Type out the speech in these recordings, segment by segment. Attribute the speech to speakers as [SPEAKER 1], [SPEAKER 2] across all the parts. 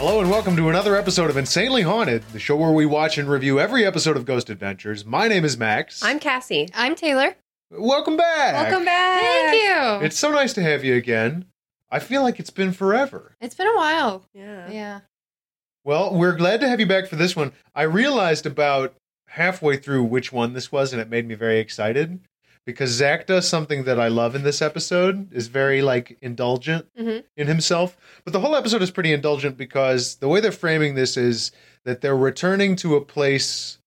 [SPEAKER 1] Hello and welcome to another episode of Insanely Haunted, the show where we watch and review every episode of Ghost Adventures. My name is Max.
[SPEAKER 2] I'm Cassie.
[SPEAKER 3] I'm Taylor.
[SPEAKER 1] welcome back.
[SPEAKER 2] Welcome back.
[SPEAKER 3] Thank you.
[SPEAKER 1] It's so nice to have you again. I feel like it's been forever.
[SPEAKER 3] it's been a while.
[SPEAKER 2] Yeah.
[SPEAKER 3] Yeah.
[SPEAKER 1] Well, we're glad to have you back for this one. I realized about halfway through which one this was, and it made me very excited because Zach does something that I love in this episode is very like indulgent
[SPEAKER 2] Mm-hmm.
[SPEAKER 3] Mhm.
[SPEAKER 1] in himself. But the whole episode is pretty indulgent because the way they're framing this is that they're returning to a place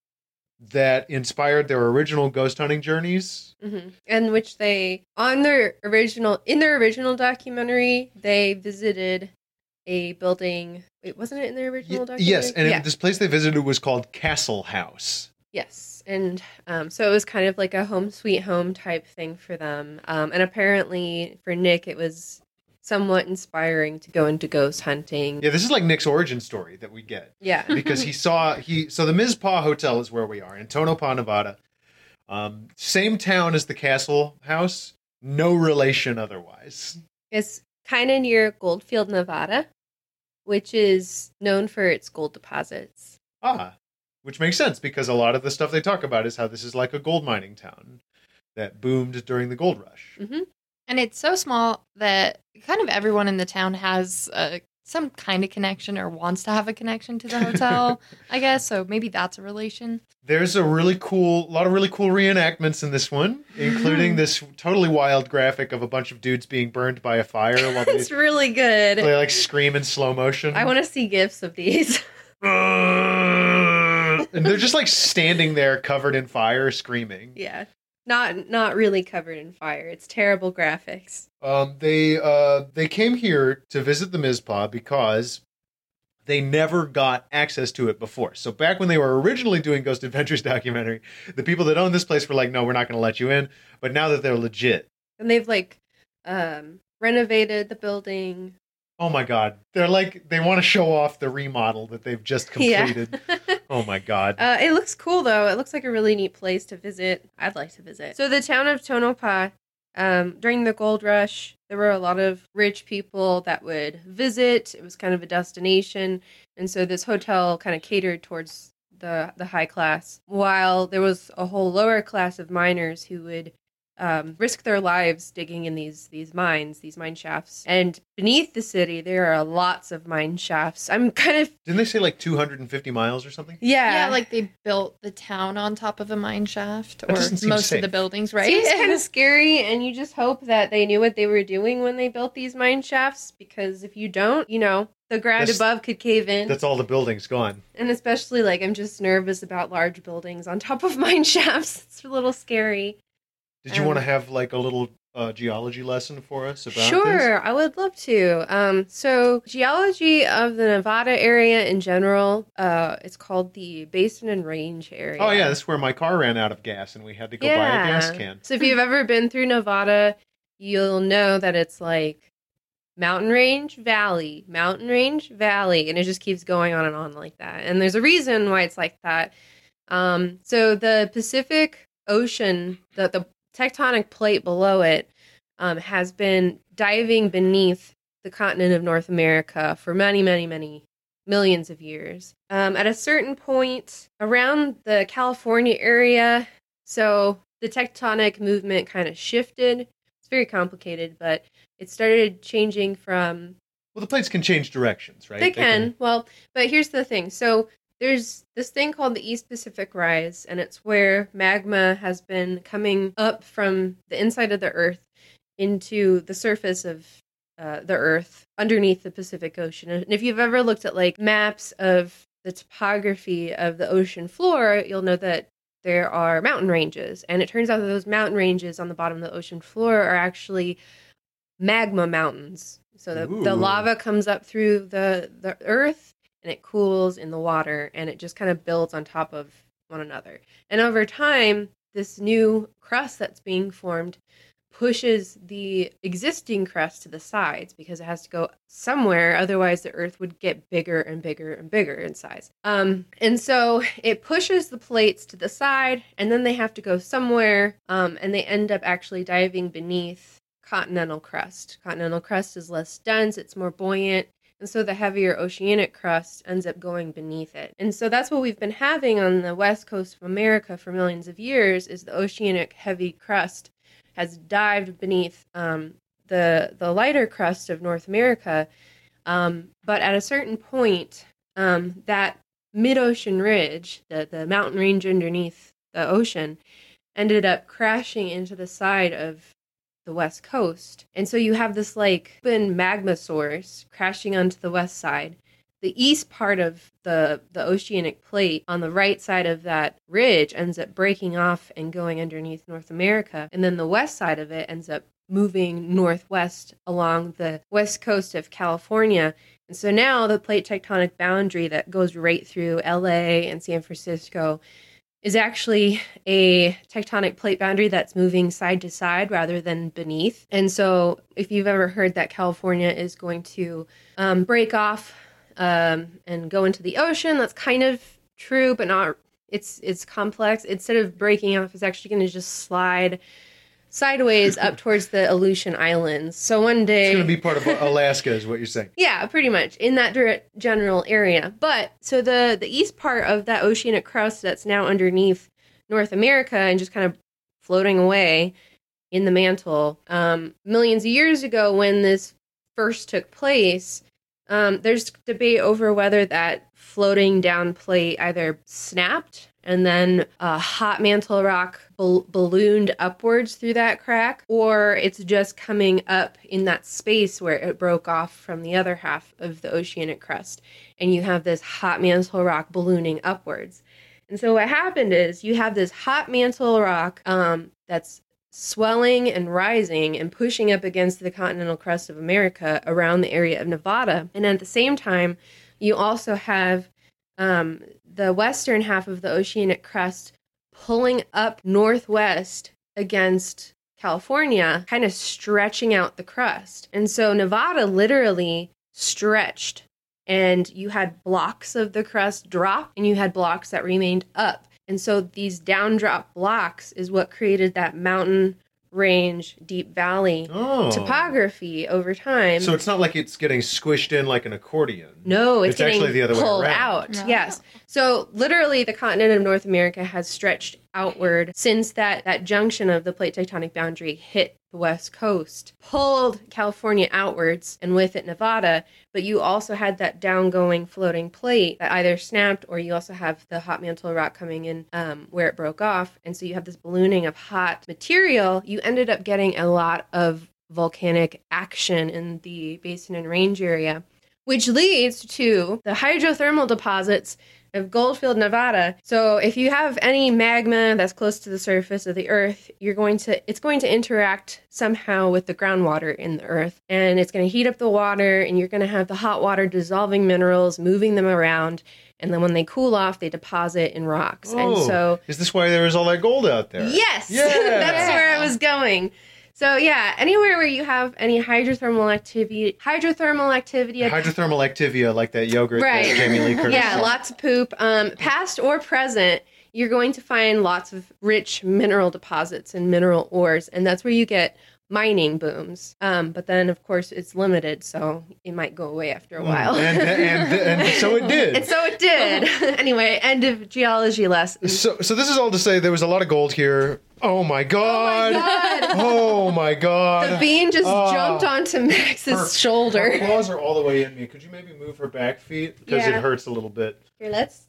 [SPEAKER 1] that inspired their original ghost hunting journeys.
[SPEAKER 2] hmm In which they, on their original, in their original documentary, they visited a building. Wait, wasn't it in their original
[SPEAKER 1] Y-
[SPEAKER 2] documentary?
[SPEAKER 1] yes, and it-
[SPEAKER 2] yeah.
[SPEAKER 1] this place they visited was called Castle House.
[SPEAKER 2] yes, and um, so it was kind of like a home sweet home type thing for them. Um, and apparently, for Nick, it was somewhat inspiring to go into ghost hunting.
[SPEAKER 1] Yeah, this is like Nick's origin story that we get.
[SPEAKER 2] Yeah.
[SPEAKER 1] because he saw he so the Mizpah Hotel is where we are in Tonopah, Nevada. Um, same town as the Castle House, no relation otherwise.
[SPEAKER 2] It's kind of near Goldfield, Nevada, which is known for its gold deposits.
[SPEAKER 1] Ah, which makes sense because a lot of the stuff they talk about is how this is like a gold mining town that boomed during the gold rush.
[SPEAKER 3] And it's so small that kind of everyone in the town has uh, some kind of connection or wants to have a connection to the hotel, I guess. So maybe that's a relation.
[SPEAKER 1] There's a really cool, lot of really cool reenactments in this one, including this totally wild graphic of a bunch of dudes being burned by a fire while they,
[SPEAKER 2] It's really good.
[SPEAKER 1] they like scream in slow motion.
[SPEAKER 2] I want to see gifs of these.
[SPEAKER 1] Uh, and they're just like standing there covered in fire screaming
[SPEAKER 2] yeah. Not not really covered in fire. It's terrible graphics.
[SPEAKER 1] um, they uh, they came here to visit the mizpah because they never got access to it before so back when they were originally doing ghost adventures documentary the people that owned this place were like no we're not going to let you in but now that they're legit
[SPEAKER 2] And they've like um renovated the building.
[SPEAKER 1] oh my god they're like they want to show off the remodel that they've just completed
[SPEAKER 2] Yeah.
[SPEAKER 1] oh my god
[SPEAKER 2] Uh, it looks cool though. It looks like a really neat place to visit. I'd like to visit. So the town of Tonopah, um, during the gold rush, there were a lot of rich people that would visit. It was kind of a destination, and so this hotel kind of catered towards the the high class, while there was a whole lower class of miners who would. Um, risk their lives digging in these these mines, these mine shafts, and beneath the city there are lots of mine shafts. I'm kind of
[SPEAKER 1] didn't they say like 250 miles or something
[SPEAKER 2] yeah,
[SPEAKER 3] Yeah, like they built the town on top of a mine shaft or
[SPEAKER 1] doesn't seem
[SPEAKER 3] most
[SPEAKER 1] safe.
[SPEAKER 3] of the buildings, right?
[SPEAKER 2] Seems kind of scary, and you just hope that they knew what they were doing when they built these mine shafts, because if you don't, you know, the ground
[SPEAKER 1] That's-
[SPEAKER 2] above could cave in.
[SPEAKER 1] that's all the buildings gone
[SPEAKER 2] And especially, like, I'm just nervous about large buildings on top of mine shafts. It's a little scary.
[SPEAKER 1] Did you
[SPEAKER 2] Um,
[SPEAKER 1] want to have like a little uh, geology lesson for us about
[SPEAKER 2] sure,
[SPEAKER 1] this?
[SPEAKER 2] I would love to. Um, so, geology of the Nevada area in general, uh, it's called the Basin and Range area.
[SPEAKER 1] Oh yeah, that's where my car ran out of gas and we had to go buy a gas can.
[SPEAKER 2] So if you've ever been through Nevada, you'll know that it's like mountain range, valley, mountain range, valley, and it just keeps going on and on like that. And there's a reason why it's like that. Um, so the Pacific Ocean, the, the tectonic plate below it, um, has been diving beneath the continent of North America for many, many, many millions of years. Um, at a certain point around the California area, so the tectonic movement kind of shifted. It's very complicated, but it started changing from
[SPEAKER 1] Well, the plates can change directions, right?
[SPEAKER 2] they, can, well, but here's the thing. So there's this thing called the East Pacific Rise, and it's where magma has been coming up from the inside of the Earth into the surface of uh, the Earth underneath the Pacific Ocean. And if you've ever looked at like maps of the topography of the ocean floor, you'll know that there are mountain ranges. And it turns out that those mountain ranges on the bottom of the ocean floor are actually magma mountains. So the, the
[SPEAKER 4] Ooh.
[SPEAKER 2] lava comes up through the, the earth and it cools in the water and it just kind of builds on top of one another. And over time, this new crust that's being formed pushes the existing crust to the sides because it has to go somewhere otherwise the earth would get bigger and bigger and bigger in size um, and so it pushes the plates to the side and then they have to go somewhere um, and they end up actually diving beneath continental crust continental crust is less dense it's more buoyant and so the heavier oceanic crust ends up going beneath it. And so that's what we've been having on the west coast of America for millions of years is the oceanic heavy crust has dived beneath um, the the lighter crust of North America. Um, but at a certain point, um, that mid-ocean ridge, the, the mountain range underneath the ocean, ended up crashing into the side of the west coast. And so you have this like open magma source crashing onto the west side. The east part of the the oceanic plate on the right side of that ridge ends up breaking off and going underneath North America, and then the west side of it ends up moving northwest along the west coast of California. And so now the plate tectonic boundary that goes right through LA and San Francisco is actually a tectonic plate boundary that's moving side to side rather than beneath. And so, if you've ever heard that California is going to um, break off um, and go into the ocean, that's kind of true, but not. It's it's complex. Instead of breaking off, it's actually going to just slide sideways up towards the Aleutian Islands. So one day
[SPEAKER 4] It's going to be part of Alaska, is what you're saying.
[SPEAKER 2] yeah, pretty much in that dire- general area. But so the the east part of that oceanic crust that's now underneath North America and just kind of floating away in the mantle, um, millions of years ago when this first took place, um, there's debate over whether that floating down plate either snapped and then a hot mantle rock bal- ballooned upwards through that crack, or it's just coming up in that space where it broke off from the other half of the oceanic crust. And you have this hot mantle rock ballooning upwards. And so what happened is you have this hot mantle rock um, that's swelling and rising and pushing up against the continental crust of America around the area of Nevada. And at the same time, you also have um, the western half of the oceanic crust pulling up northwest against California, kind of stretching out the crust. And so Nevada literally stretched, and you had blocks of the crust drop, and you had blocks that remained up. And so these down drop blocks is what created that mountain range, deep valley
[SPEAKER 4] Oh.
[SPEAKER 2] topography over time.
[SPEAKER 4] So it's not like it's getting squished in like an accordion.
[SPEAKER 2] No, it's,
[SPEAKER 4] It's actually
[SPEAKER 2] getting
[SPEAKER 4] the other way
[SPEAKER 2] pulled
[SPEAKER 4] around.
[SPEAKER 2] out.
[SPEAKER 3] No.
[SPEAKER 2] Yes. So literally, the continent of North America has stretched outward since that that junction of the plate tectonic boundary hit the west coast, pulled California outwards, and with it Nevada. But you also had that downgoing floating plate that either snapped, or you also have the hot mantle rock coming in um, where it broke off, and so you have this ballooning of hot material. You ended up getting a lot of volcanic action in the basin and range area which leads to the hydrothermal deposits of Goldfield, Nevada. So if you have any magma that's close to the surface of the earth, you're going to it's going to interact somehow with the groundwater in the earth and it's going to heat up the water and you're going to have the hot water dissolving minerals, moving them around, and then when they cool off, they deposit in rocks. And
[SPEAKER 4] Oh,
[SPEAKER 2] so
[SPEAKER 4] is this why there is all that gold out there?
[SPEAKER 2] Yes,
[SPEAKER 4] Yeah.
[SPEAKER 2] that's where I was going. So yeah, anywhere where you have any hydrothermal activity, hydrothermal activity,
[SPEAKER 4] Hydrothermal Activia, like that yogurt
[SPEAKER 2] Right.
[SPEAKER 4] that Jamie Lee Curtis.
[SPEAKER 2] yeah, lots of poop, um, past or present. You're going to find lots of rich mineral deposits and mineral ores, and that's where you get mining booms. Um, but then, of course, it's limited, so it might go away after a while.
[SPEAKER 4] Mm, And, and, and, and so it did.
[SPEAKER 2] and so it did. anyway, end of geology lesson.
[SPEAKER 4] so, so this is all to say there was a lot of gold here. Oh my god.
[SPEAKER 2] God,
[SPEAKER 4] Oh my god.
[SPEAKER 2] the bean just
[SPEAKER 4] Oh.
[SPEAKER 2] jumped onto Max's
[SPEAKER 4] Her- Her
[SPEAKER 2] shoulder.
[SPEAKER 4] claws are all the way in me. Could you maybe move her back feet because
[SPEAKER 2] Yeah.
[SPEAKER 4] it hurts a little bit?
[SPEAKER 2] Here, let's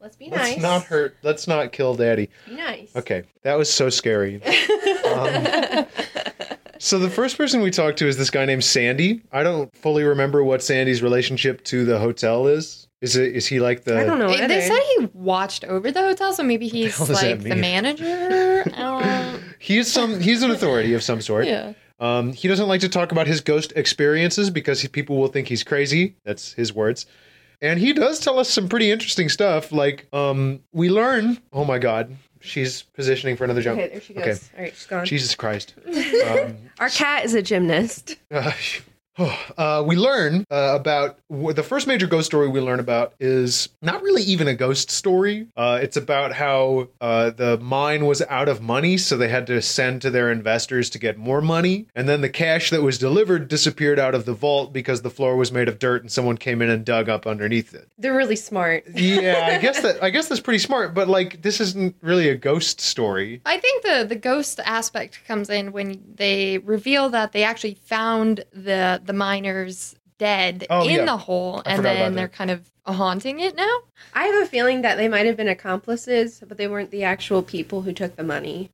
[SPEAKER 2] let's be
[SPEAKER 4] Let's
[SPEAKER 2] nice.
[SPEAKER 4] not hurt. Let's not kill Daddy.
[SPEAKER 2] Be nice.
[SPEAKER 4] Okay, that was so scary. Um, so the first person we talked to is this guy named Sandy. I don't fully remember what Sandy's relationship to the hotel is.
[SPEAKER 1] Is it? Is he like the?
[SPEAKER 2] I don't know.
[SPEAKER 3] They, they
[SPEAKER 2] either.
[SPEAKER 3] said he watched over the hotel, so maybe he's
[SPEAKER 1] hell does that
[SPEAKER 3] like the
[SPEAKER 1] mean?
[SPEAKER 3] manager. I don't-
[SPEAKER 1] He's some. He's an authority of some sort.
[SPEAKER 3] yeah.
[SPEAKER 1] Um, he doesn't like to talk about his ghost experiences because he- people will think he's crazy. That's his words. And he does tell us some pretty interesting stuff. Like, um, we learn. Oh my God, she's positioning for another jump.
[SPEAKER 2] Okay, there she goes.
[SPEAKER 1] Okay.
[SPEAKER 2] All right, she's gone.
[SPEAKER 1] Jesus Christ. Um,
[SPEAKER 2] Our cat is a gymnast.
[SPEAKER 1] Uh, uh, we learn uh, about wh- the first major ghost story we learn about is not really even a ghost story. Uh, it's about how uh, the mine was out of money, so they had to send to their investors to get more money. And then the cash that was delivered disappeared out of the vault because the floor was made of dirt and someone came in and dug up underneath it.
[SPEAKER 2] They're really smart.
[SPEAKER 1] Yeah, I guess that I guess that's pretty smart, but like this isn't really a ghost story.
[SPEAKER 3] I think the the ghost aspect comes in when they reveal that they actually found the the miners dead
[SPEAKER 1] Oh,
[SPEAKER 3] in
[SPEAKER 1] yeah.
[SPEAKER 3] the hole,
[SPEAKER 1] I
[SPEAKER 3] and
[SPEAKER 1] forgot about
[SPEAKER 3] then
[SPEAKER 1] that.
[SPEAKER 3] they're kind of haunting it now.
[SPEAKER 2] I have a feeling that they might have been accomplices, but they weren't the actual people who took the money.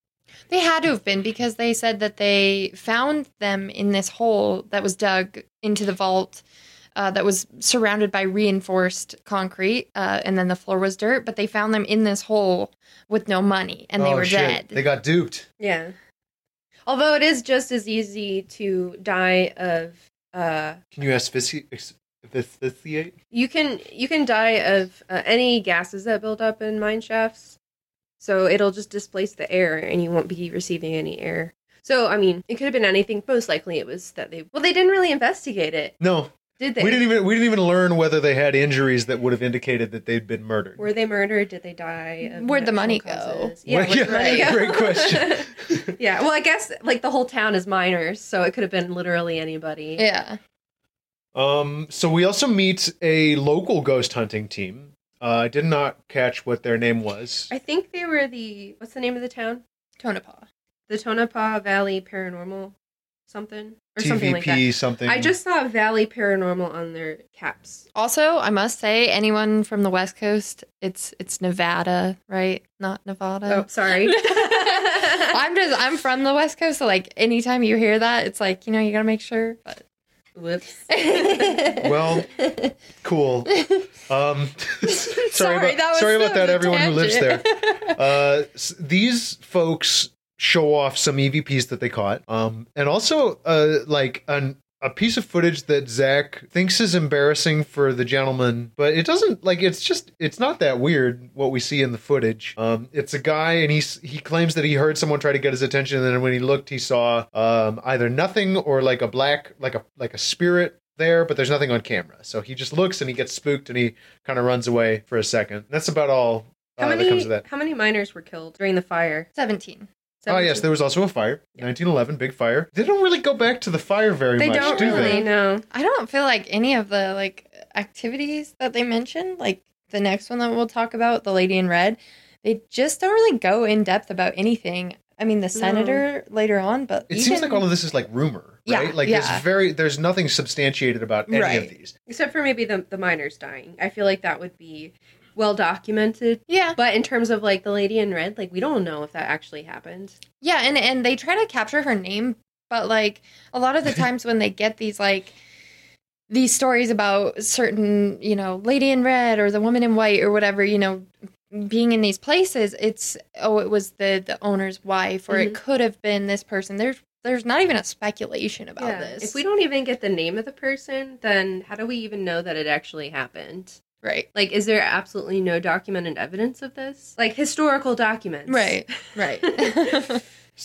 [SPEAKER 3] They had to have been because they said that they found them in this hole that was dug into the vault uh, that was surrounded by reinforced concrete, uh, and then the floor was dirt. But they found them in this hole with no money, and they
[SPEAKER 1] Oh,
[SPEAKER 3] were
[SPEAKER 1] shit.
[SPEAKER 3] dead.
[SPEAKER 1] They got duped.
[SPEAKER 2] Yeah. Although it is just as easy to die of uh
[SPEAKER 1] Can you asphyxi- ex- asphyxiate?
[SPEAKER 2] you can you can die of uh, any gases that build up in mine shafts. So it'll just displace the air and you won't be receiving any air. So I mean, it could have been anything. Most likely it was that they Well, they didn't really investigate it.
[SPEAKER 1] No,
[SPEAKER 2] Did they?
[SPEAKER 1] We didn't even we didn't even learn whether they had injuries that would have indicated that they'd been murdered.
[SPEAKER 2] Were they murdered? Did they die? of
[SPEAKER 3] Where'd the money
[SPEAKER 2] natural
[SPEAKER 3] go?
[SPEAKER 2] causes? Yeah,
[SPEAKER 1] Well,
[SPEAKER 2] where'd the money
[SPEAKER 1] yeah,
[SPEAKER 2] go?
[SPEAKER 1] great question.
[SPEAKER 2] Yeah, well, I guess like the whole town is miners, so it could have been literally anybody.
[SPEAKER 3] Yeah,
[SPEAKER 1] um, so we also meet a local ghost hunting team. Uh, I did not catch what their name was.
[SPEAKER 2] I think they were the what's the name of the town?
[SPEAKER 3] Tonopah.
[SPEAKER 2] The Tonopah Valley Paranormal something or
[SPEAKER 1] TVP
[SPEAKER 2] something like that.
[SPEAKER 1] something.
[SPEAKER 2] I just saw Valley Paranormal on their caps.
[SPEAKER 3] Also, I must say, anyone from the West Coast, it's it's Nevada, right? Not
[SPEAKER 2] Oh,
[SPEAKER 3] Nevada.
[SPEAKER 2] sorry.
[SPEAKER 3] I'm just I'm from the West Coast, so like anytime you hear that, it's like you know you gotta make sure. But
[SPEAKER 2] Whoops.
[SPEAKER 1] well, cool. Um, sorry, about, sorry about that, everyone who lives there. Uh, s- these folks show off some EVPs that they caught, um, and also uh, like an, a piece of footage that Zach thinks is embarrassing for the gentleman, but it doesn't. Like it's just it's not that weird what we see in the footage. Um, it's a guy, and he's he claims that he heard someone try to get his attention, and then when he looked, he saw um, either nothing or like a black like a like a spirit. There, but there's nothing on camera. So he just looks and he gets spooked and he kind of runs away for a second. That's about all uh,
[SPEAKER 2] how
[SPEAKER 1] that comes
[SPEAKER 2] many
[SPEAKER 1] to that.
[SPEAKER 2] how many miners were killed during the fire?
[SPEAKER 3] Seventeen.
[SPEAKER 1] Oh yes, there was also a fire. 1911, big fire. They don't really go back to the fire very
[SPEAKER 2] they
[SPEAKER 1] much,
[SPEAKER 2] don't
[SPEAKER 1] do
[SPEAKER 2] really
[SPEAKER 1] they?
[SPEAKER 2] know.
[SPEAKER 3] I don't feel like any of the like activities that they mentioned, like the next one that we'll talk about, the lady in red, they just don't really go in depth about anything. I mean, the senator later on, but
[SPEAKER 1] It seems like all of this is like rumor,
[SPEAKER 3] Yeah,
[SPEAKER 1] right? Like
[SPEAKER 3] yeah.
[SPEAKER 1] there's very there's nothing substantiated about any of
[SPEAKER 3] Right.
[SPEAKER 1] these.
[SPEAKER 2] Except for maybe the the miners dying. I feel like that would be well documented.
[SPEAKER 3] yeah,
[SPEAKER 2] But in terms of like the lady in red, like we don't know if that actually happened.
[SPEAKER 3] yeah, and and they try to capture her name, but like a lot of the times when they get these like these stories about certain you know lady in red or the woman in white or whatever you know being in these places it's oh it was the the owner's wife or it
[SPEAKER 2] Mm-hmm.
[SPEAKER 3] could have been this person there's there's not even a speculation about this
[SPEAKER 2] If we don't even get the name of the person, then how do we even know that it actually happened?
[SPEAKER 3] right
[SPEAKER 2] Like, is there absolutely no documented evidence of this? Like historical documents,
[SPEAKER 3] right right
[SPEAKER 1] So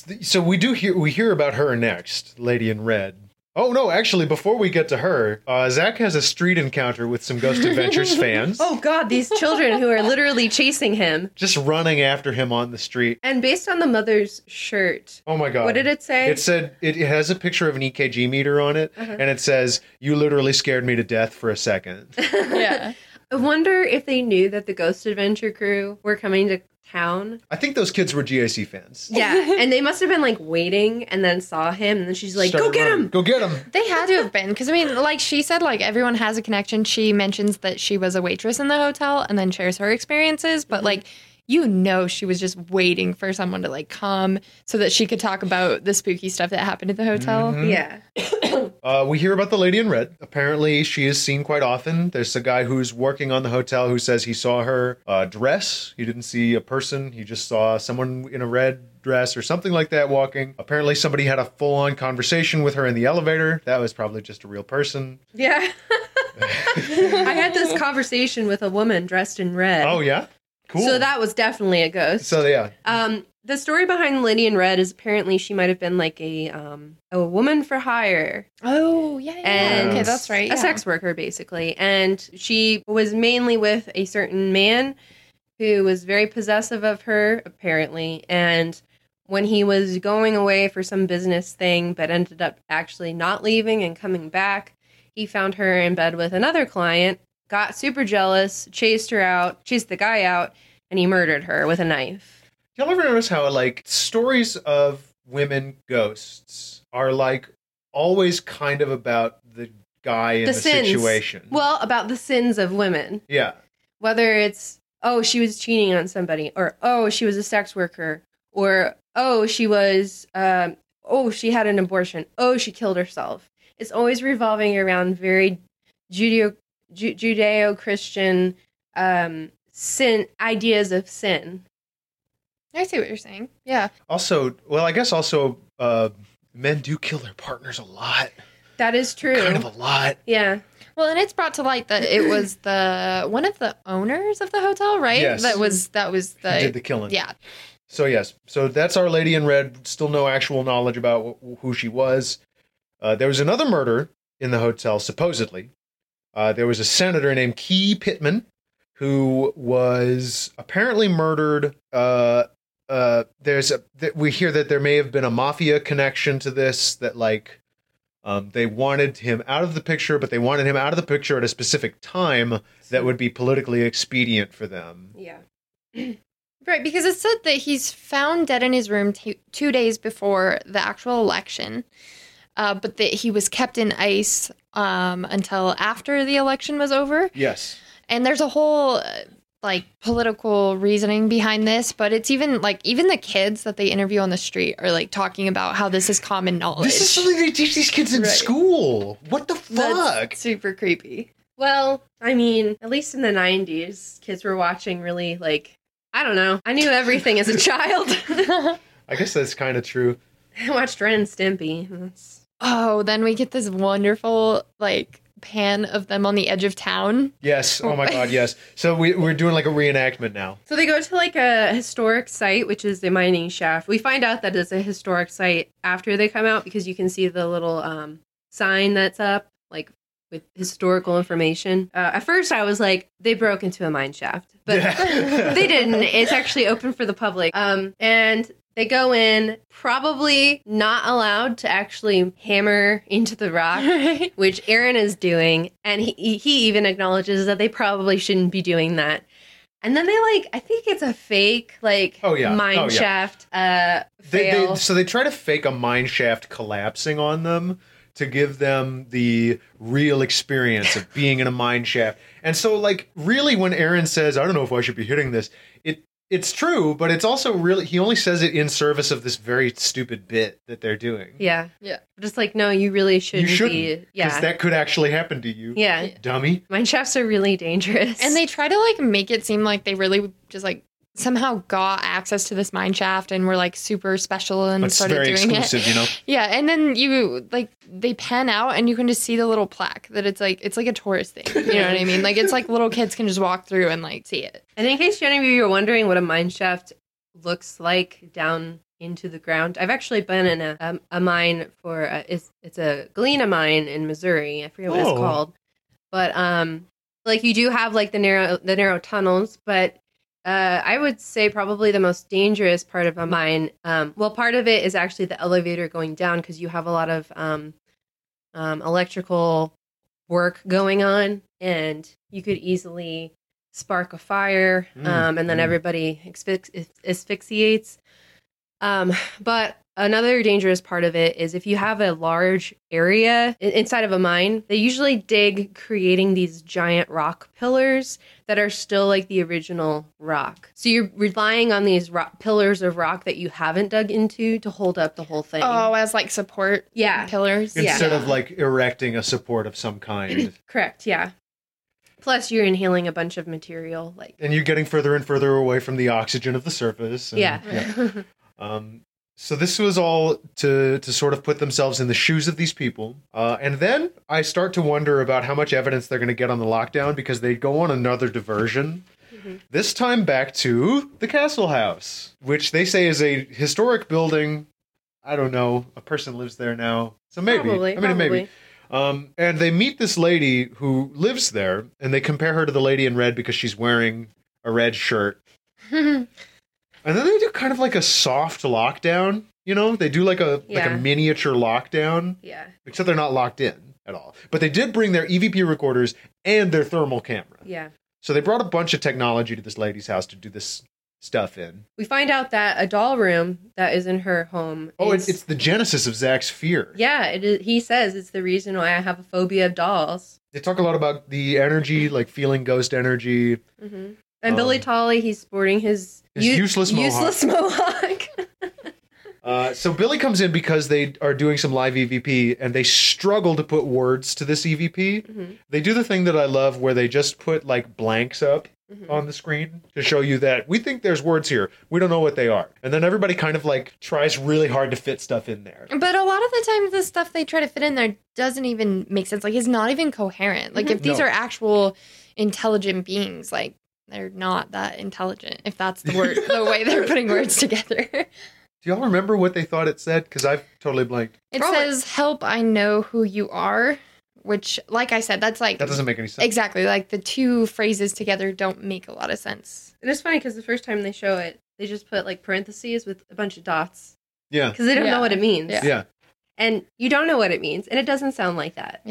[SPEAKER 1] th- So we do hear we hear about her next, Lady in Red. Oh no, actually, before we get to her, uh, Zach has a street encounter with some Ghost Adventures fans,
[SPEAKER 2] Oh God, these children who are literally chasing him.
[SPEAKER 1] just running after him on the street.
[SPEAKER 2] And based on the mother's shirt,
[SPEAKER 1] Oh my god!
[SPEAKER 2] what did it say? Uh-huh.
[SPEAKER 1] It said it, it has a picture of an EKG meter on it, and it says, "You literally scared me to death for a second.
[SPEAKER 3] yeah
[SPEAKER 2] I wonder if they knew that the Ghost Adventure crew were coming to town
[SPEAKER 1] I think those kids were GAC fans.
[SPEAKER 2] Yeah, and they must have been like waiting and then saw him, and then she's like,
[SPEAKER 1] Started
[SPEAKER 2] "Go get
[SPEAKER 1] running.
[SPEAKER 2] him!"
[SPEAKER 1] Go get him!
[SPEAKER 3] they had to have been because i mean like she said like everyone has Mm-hmm. a connection she mentions that she was a waitress in the hotel and then shares her experiences but like you know she was just waiting for someone to like come so that she could talk about the spooky stuff that happened at the hotel.
[SPEAKER 2] Yeah.
[SPEAKER 1] Mhm. Uh, we hear about the lady in red. Apparently, she is seen quite often. There's a guy who's working on the hotel who says he saw her uh, dress. He didn't see a person, he just saw someone in a red dress or something like that walking. Apparently, somebody had a full on conversation with her in the elevator. That was probably just a real person.
[SPEAKER 2] Yeah. I had this conversation with a woman dressed in red.
[SPEAKER 1] Oh, yeah? Cool.
[SPEAKER 2] So that was definitely a ghost.
[SPEAKER 1] So, yeah.
[SPEAKER 2] Um, the story behind Lady in Red is apparently she might have been like a um, a woman for hire,
[SPEAKER 3] Oh, yeah. yeah, yeah.
[SPEAKER 2] And
[SPEAKER 3] okay, that's right. yeah.
[SPEAKER 2] a sex worker basically, and she was mainly with a certain man who was very possessive of her apparently, and when he was going away for some business thing, but ended up actually not leaving and coming back, he found her in bed with another client, got super jealous, chased her out, chased the guy out, and he murdered her with a knife.
[SPEAKER 1] Y'all ever notice how like stories of women ghosts are like always kind of about the guy in the,
[SPEAKER 2] The sins.
[SPEAKER 1] situation?
[SPEAKER 2] Well, about the sins of women,
[SPEAKER 1] yeah,
[SPEAKER 2] whether it's oh she was cheating on somebody, or oh she was a sex worker, or oh she was um, oh she had an abortion, oh she killed herself. It's always revolving around very Judeo Ju- Judeo Christian um, sin ideas of sin.
[SPEAKER 3] I see what you're saying. Yeah.
[SPEAKER 1] Also, well, I guess also uh, men do kill their partners a lot,
[SPEAKER 2] That is true.
[SPEAKER 1] kind of a lot.
[SPEAKER 2] yeah,
[SPEAKER 3] Well, and it's brought to light that it was the one of the owners of the hotel, right?
[SPEAKER 1] Yes.
[SPEAKER 3] That was that was
[SPEAKER 1] Who did the
[SPEAKER 3] the,
[SPEAKER 1] killing?
[SPEAKER 3] yeah.
[SPEAKER 1] So yes, so that's our lady in red. Still no actual knowledge about wh- who she was. Uh, there was another murder in the hotel, supposedly. Uh, there was a senator named Key Pittman who was apparently murdered. Uh, uh, there's a, th- we hear that there may have been a mafia connection to this. That like um, they wanted him out of the picture, but they wanted him out of the picture at a specific time that would be politically expedient for them.
[SPEAKER 2] yeah.
[SPEAKER 3] Right, because it said that he's found dead in his room t- two days before the actual election, uh, but that he was kept in ice um, until after the election was over.
[SPEAKER 1] Yes.
[SPEAKER 3] And there's a whole uh, like political reasoning behind this, but it's even like even the kids that they interview on the street are like talking about how this is common knowledge.
[SPEAKER 1] This is something they teach these kids in
[SPEAKER 3] Right.
[SPEAKER 1] school. What the
[SPEAKER 3] That's
[SPEAKER 1] fuck?
[SPEAKER 3] super creepy.
[SPEAKER 2] Well, I mean, at least in the 90s, kids were watching really like, I don't know. I knew everything as a child.
[SPEAKER 1] I guess that's kind of true.
[SPEAKER 2] I watched Ren and Stimpy. That's-
[SPEAKER 3] Oh, then we get this wonderful like pan of them on the edge of town.
[SPEAKER 1] Yes. Oh my god. Yes. So we, we're doing like a reenactment now.
[SPEAKER 2] So they go to like a historic site, which is the mining shaft. We find out that it's a historic site after they come out because you can see the little um, sign that's up, like with historical information. Uh, at first, I was like, they broke into a mine shaft, but
[SPEAKER 1] Yeah.
[SPEAKER 2] they didn't. It's actually open for the public. Um, and they go in, probably not allowed to actually hammer into the rock which Aaron is doing, and he he even acknowledges that they probably shouldn't be doing that. And then they like, I think it's a fake like
[SPEAKER 1] Oh, yeah.
[SPEAKER 2] mine
[SPEAKER 1] Oh, yeah.
[SPEAKER 2] shaft uh,
[SPEAKER 1] They,
[SPEAKER 2] fail.
[SPEAKER 1] they, so they try to fake a mine shaft collapsing on them to give them the real experience of being in a mine shaft. And so, like, really, when Aaron says, "I don't know if I should be hitting this," it it's true, but it's also really he only says it in service of this very stupid bit that they're doing.
[SPEAKER 2] yeah,
[SPEAKER 3] Yeah.
[SPEAKER 2] Just like no, you really shouldn't,
[SPEAKER 1] shouldn't,
[SPEAKER 2] be.
[SPEAKER 1] Because
[SPEAKER 2] Yeah,
[SPEAKER 1] that could actually happen to you,
[SPEAKER 2] yeah.
[SPEAKER 1] dummy.
[SPEAKER 2] Mine shafts are really dangerous,
[SPEAKER 3] And they try to like make it seem like they really just like somehow got access to this mine shaft and were like super special and
[SPEAKER 1] It's
[SPEAKER 3] started
[SPEAKER 1] very
[SPEAKER 3] doing
[SPEAKER 1] exclusive,
[SPEAKER 3] it.
[SPEAKER 1] you know.
[SPEAKER 3] Yeah, and then you like they pan out and you can just see the little plaque that it's like it's like a tourist thing. You know what I mean? Like it's like little kids can just walk through and like see it.
[SPEAKER 2] And in case any of you are wondering what a mine shaft looks like down into the ground, I've actually been in a um, a mine for uh it's it's a Galena mine in Missouri. I forget what
[SPEAKER 1] Oh.
[SPEAKER 2] it's called, but um, like you do have like the narrow the narrow tunnels, but uh, I would say probably the most dangerous part of a mine. Um, well, part of it is actually the elevator going down because you have a lot of um, um, electrical work going on, and you could easily spark a fire,
[SPEAKER 1] Mm,
[SPEAKER 2] um, and then
[SPEAKER 1] mm.
[SPEAKER 2] everybody asphyx- asphyxiates. Um, but Another dangerous part of it is if you have a large area i- inside of a mine, they usually dig creating these giant rock pillars that are still like the original rock. So you're relying on these rock, pillars of rock that you haven't dug into to hold up the whole thing.
[SPEAKER 3] Oh, as like support
[SPEAKER 2] yeah.
[SPEAKER 3] pillars.
[SPEAKER 2] Yeah.
[SPEAKER 1] Instead of like erecting a support of some kind.
[SPEAKER 2] Correct, yeah. Plus, you're inhaling a bunch of material, like
[SPEAKER 1] and you're getting further and further away from the oxygen of the surface. and-
[SPEAKER 2] yeah.
[SPEAKER 1] Um, so this was all to to sort of put themselves in the shoes of these people, uh, and then I start to wonder about how much evidence they're going to get on the lockdown because they go on another diversion.
[SPEAKER 3] Mm-hmm.
[SPEAKER 1] This time back to the castle house, which they say is a historic building. I don't know. A person lives there now, so maybe.
[SPEAKER 2] Probably,
[SPEAKER 1] I mean, maybe.
[SPEAKER 2] probably.
[SPEAKER 1] Um, and they meet this lady who lives there, and they compare her to the lady in red because she's wearing a red shirt. And then they do kind of like a soft lockdown. You know, they do like a like
[SPEAKER 2] Yeah.
[SPEAKER 1] a miniature lockdown,
[SPEAKER 2] yeah.
[SPEAKER 1] except they're not locked in at all. But they did bring their EVP recorders and their thermal camera.
[SPEAKER 2] Yeah.
[SPEAKER 1] So they brought a bunch of technology to this lady's house to do this stuff in.
[SPEAKER 2] We find out that a doll room that is in her home.
[SPEAKER 1] Oh,
[SPEAKER 2] is,
[SPEAKER 1] it's, it's the genesis of Zach's fear.
[SPEAKER 2] yeah. It is, he says it's the reason why I have a phobia of dolls.
[SPEAKER 1] They talk a lot about the energy, like feeling ghost energy.
[SPEAKER 2] Mm-hmm. And
[SPEAKER 1] Um,
[SPEAKER 2] Billy Tolly, he's sporting his,
[SPEAKER 1] His useless mohawk.
[SPEAKER 2] useless mohawk.
[SPEAKER 1] Uh, so Billy comes in because they are doing some live EVP and they struggle to put words to this EVP.
[SPEAKER 3] Mm-hmm.
[SPEAKER 2] Mhm.
[SPEAKER 1] They do the thing that I love where they just put like blanks up
[SPEAKER 3] Mm-hmm.
[SPEAKER 2] Mhm.
[SPEAKER 1] on the screen to show you that we think there's words here. We don't know what they are. And then everybody kind of like tries really hard to fit stuff in there.
[SPEAKER 3] But a lot of the times, the stuff they try to fit in there doesn't even make sense. Like, it's not even coherent. Like, if these
[SPEAKER 1] Mm-hmm. No.
[SPEAKER 3] are actual intelligent beings, like, they're not that intelligent, if that's the word, the way they're putting words together.
[SPEAKER 1] Do y'all remember what they thought it said? Because I've totally blanked.
[SPEAKER 3] It
[SPEAKER 2] Probably.
[SPEAKER 3] says, Help, I know who you are, which, like I said, that's like
[SPEAKER 1] That doesn't make any sense.
[SPEAKER 3] exactly like the two phrases together don't make a lot of sense.
[SPEAKER 2] and it's funny because the first time they show it, they just put like parentheses with a bunch of dots
[SPEAKER 1] Yeah.
[SPEAKER 2] because they don't
[SPEAKER 3] Yeah.
[SPEAKER 2] know what it means.
[SPEAKER 3] Yeah.
[SPEAKER 1] Yeah.
[SPEAKER 2] And you don't know what it means. And it doesn't sound like that.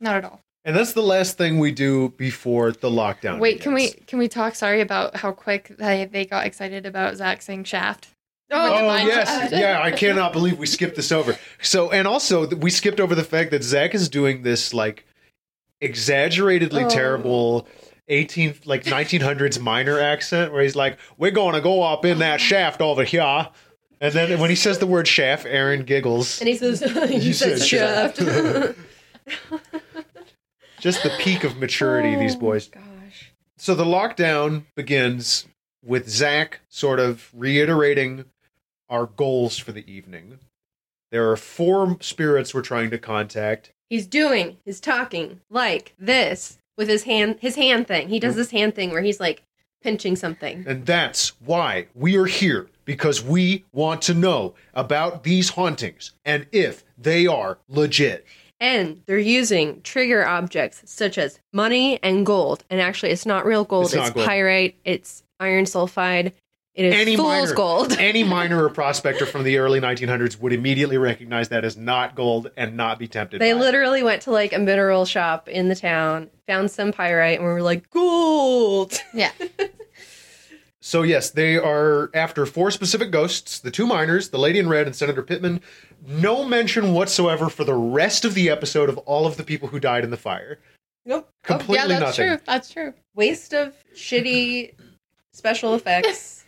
[SPEAKER 3] Not at all.
[SPEAKER 1] And that's the last thing we do before the lockdown.
[SPEAKER 3] Wait, can we
[SPEAKER 1] begins.
[SPEAKER 3] can we talk? Sorry about how quick they, they got excited about Zach saying Shaft.
[SPEAKER 2] Oh,
[SPEAKER 3] With the
[SPEAKER 1] Oh
[SPEAKER 3] vine
[SPEAKER 1] yes,
[SPEAKER 3] shaft.
[SPEAKER 1] yeah. I cannot believe we skipped this over. So, and also th- we skipped over the fact that Zach is doing this like exaggeratedly
[SPEAKER 2] Oh.
[SPEAKER 1] terrible 18 like 1900s minor accent where he's like, "We're going to go up in
[SPEAKER 2] Uh-huh.
[SPEAKER 1] that shaft over here," and then when he says the word shaft, Aaron giggles.
[SPEAKER 2] And he says, he
[SPEAKER 1] You
[SPEAKER 2] says,
[SPEAKER 1] said shaft.
[SPEAKER 2] shaft.
[SPEAKER 1] Just the peak of maturity, these
[SPEAKER 2] Oh,
[SPEAKER 1] boys.
[SPEAKER 2] Gosh.
[SPEAKER 1] So the lockdown begins with Zach sort of reiterating our goals for the evening. There are four spirits we're trying to contact.
[SPEAKER 2] He's doing his talking like this with his hand his hand thing. He does
[SPEAKER 1] Mm.
[SPEAKER 2] this hand thing where he's like pinching something.
[SPEAKER 1] And that's why we are here, because we want to know about these hauntings and if they are legit.
[SPEAKER 2] And they're using trigger objects such as money and gold. And actually it's not real gold,
[SPEAKER 1] It's
[SPEAKER 2] it's,
[SPEAKER 1] not gold.
[SPEAKER 2] pyrite, it's iron sulfide, it is
[SPEAKER 1] Any
[SPEAKER 2] fool's
[SPEAKER 1] minor.
[SPEAKER 2] gold.
[SPEAKER 1] Any miner or prospector from the early 1900s would immediately recognize that as not gold and not be tempted.
[SPEAKER 2] They
[SPEAKER 1] by it.
[SPEAKER 2] literally went to like a mineral shop in the town, found some pyrite, and we were like, gold.
[SPEAKER 3] Yeah.
[SPEAKER 1] So yes, they are after four specific ghosts: the two miners, the lady in red, and Senator Pittman. No mention whatsoever for the rest of the episode of all of the people who died in the fire.
[SPEAKER 2] Nope.
[SPEAKER 1] Completely
[SPEAKER 3] Oh, yeah, that's
[SPEAKER 1] nothing.
[SPEAKER 3] true. That's true.
[SPEAKER 2] Waste of shitty special effects.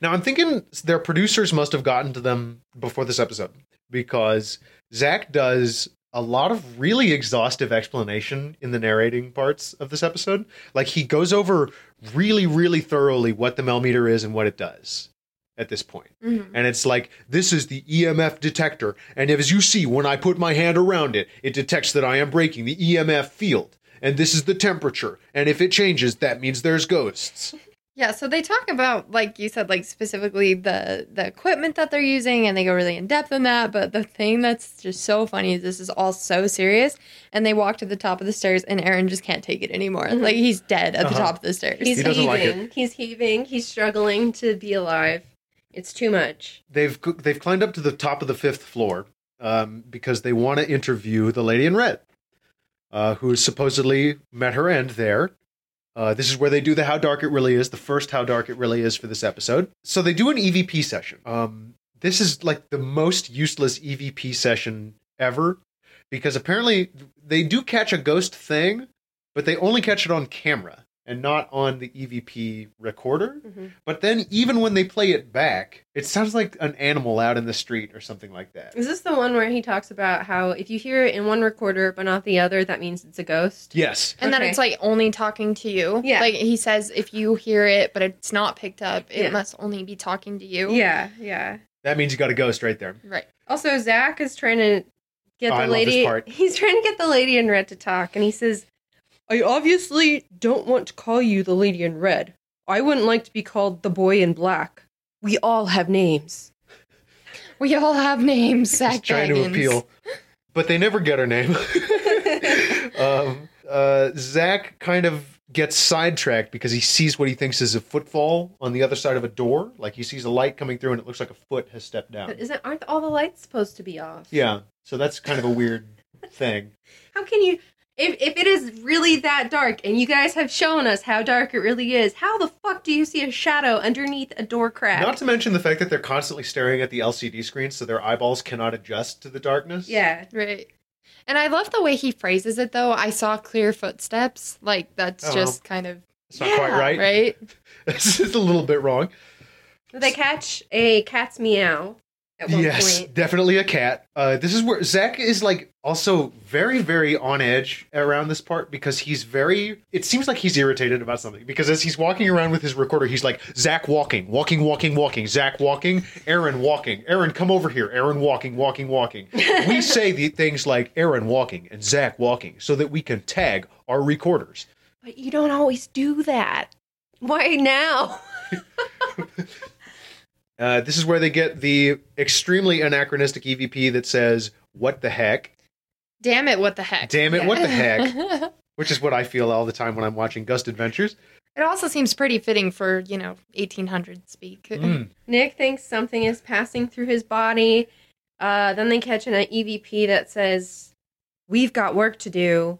[SPEAKER 1] Now I'm thinking their producers must have gotten to them before this episode because Zach does a lot of really exhaustive explanation in the narrating parts of this episode. Like he goes over really, really thoroughly what the Melmeter is and what it does at this point.
[SPEAKER 3] Mhm.
[SPEAKER 1] And it's like, this is the EMF detector. And as you see, when I put my hand around it, it detects that I am breaking the EMF field. And this is the temperature. And if it changes, that means there's ghosts.
[SPEAKER 3] Yeah, so they talk about like you said, like specifically the the equipment that they're using, and they go really in depth on that. But the thing that's just so funny is this is all so serious, and they walk to the top of the stairs, and Aaron just can't take it anymore.
[SPEAKER 2] Mhm.
[SPEAKER 3] Like he's dead at the
[SPEAKER 1] Uh-huh.
[SPEAKER 3] top of the stairs.
[SPEAKER 2] He's
[SPEAKER 1] He doesn't
[SPEAKER 2] heaving.
[SPEAKER 1] like it.
[SPEAKER 2] He's heaving. He's struggling to be alive. It's too much.
[SPEAKER 1] They've they've climbed up to the top of the fifth floor um, because they want to interview the lady in red, uh, who supposedly met her end there. Uh, this is where they do the how dark it really is, the first how dark it really is for this episode. So they do an EVP E session. Um, This is like the most useless EVP session ever because apparently they do catch a ghost thing, but they only catch it on camera and not on the EVP recorder. But then even when they play it back, it sounds like an animal out in the street or something like that.
[SPEAKER 2] Is this the one where he talks about how if you hear it in one recorder but not the other, that means it's a ghost?
[SPEAKER 1] Yes.
[SPEAKER 3] And then
[SPEAKER 2] Okay.
[SPEAKER 3] it's like only talking to you.
[SPEAKER 2] Yeah.
[SPEAKER 3] Like he says, if you hear it, but it's not picked up, it
[SPEAKER 2] Yeah.
[SPEAKER 3] must only be talking to you.
[SPEAKER 2] Yeah, yeah.
[SPEAKER 1] That means you got a ghost right there.
[SPEAKER 3] Right.
[SPEAKER 2] Also, Zach is trying to get
[SPEAKER 1] Oh, I
[SPEAKER 2] the
[SPEAKER 1] love this
[SPEAKER 2] lady.
[SPEAKER 1] part.
[SPEAKER 2] He's trying to get the lady in red to talk, and he says, "I obviously don't want to call you the lady in red. I wouldn't like to be called the boy in black. We all have names."
[SPEAKER 3] We all have names, Zach
[SPEAKER 1] Just trying to
[SPEAKER 3] Baggins.
[SPEAKER 1] appeal. But they never get her name. um, uh, Zach kind of gets sidetracked because he sees what he thinks is a footfall on the other side of a door. Like he sees a light coming through and it looks like a foot has stepped down.
[SPEAKER 2] But isn't aren't all the lights supposed to be off?
[SPEAKER 1] Yeah. So that's kind of a weird thing.
[SPEAKER 2] How can you? If, if it is really that dark, and you guys have shown us how dark it really is, how the fuck do you see a shadow underneath a door crack?
[SPEAKER 1] Not to mention the fact that they're constantly staring at the LCD screen so their eyeballs cannot adjust to the darkness.
[SPEAKER 2] yeah.
[SPEAKER 3] Right. And I love the way he phrases it, though. I saw clear footsteps. Like, that's
[SPEAKER 1] Oh,
[SPEAKER 3] just kind of,
[SPEAKER 1] It's not quite
[SPEAKER 2] Yeah,
[SPEAKER 1] right.
[SPEAKER 3] right?
[SPEAKER 1] it's just a little bit wrong.
[SPEAKER 2] They catch a cat's meow at one
[SPEAKER 1] yes,
[SPEAKER 2] point.
[SPEAKER 1] definitely a cat. Uh, this is where Zach is like also very, very on edge around this part because he's very. It seems like he's irritated about something because as he's walking around with his recorder, he's like Zach walking, walking, walking, walking, Zach walking, Aaron walking, Aaron come over here, Aaron walking, walking, walking. we say the things like Aaron walking and Zach walking so that we can tag our recorders.
[SPEAKER 2] But you don't always do that. Why now?
[SPEAKER 1] Uh, this is where they get the extremely anachronistic EVP that says "What the heck."
[SPEAKER 3] Damn it, what the heck?
[SPEAKER 1] Damn it, what the heck?
[SPEAKER 3] it
[SPEAKER 1] Which is what I feel all the time when I'm watching Ghost Adventures.
[SPEAKER 3] also seems pretty fitting for, you know, 1800 speak.
[SPEAKER 1] Mm.
[SPEAKER 2] Nick thinks something is passing through his body. Uh, then they catch an EVP that says, "We've got work to do."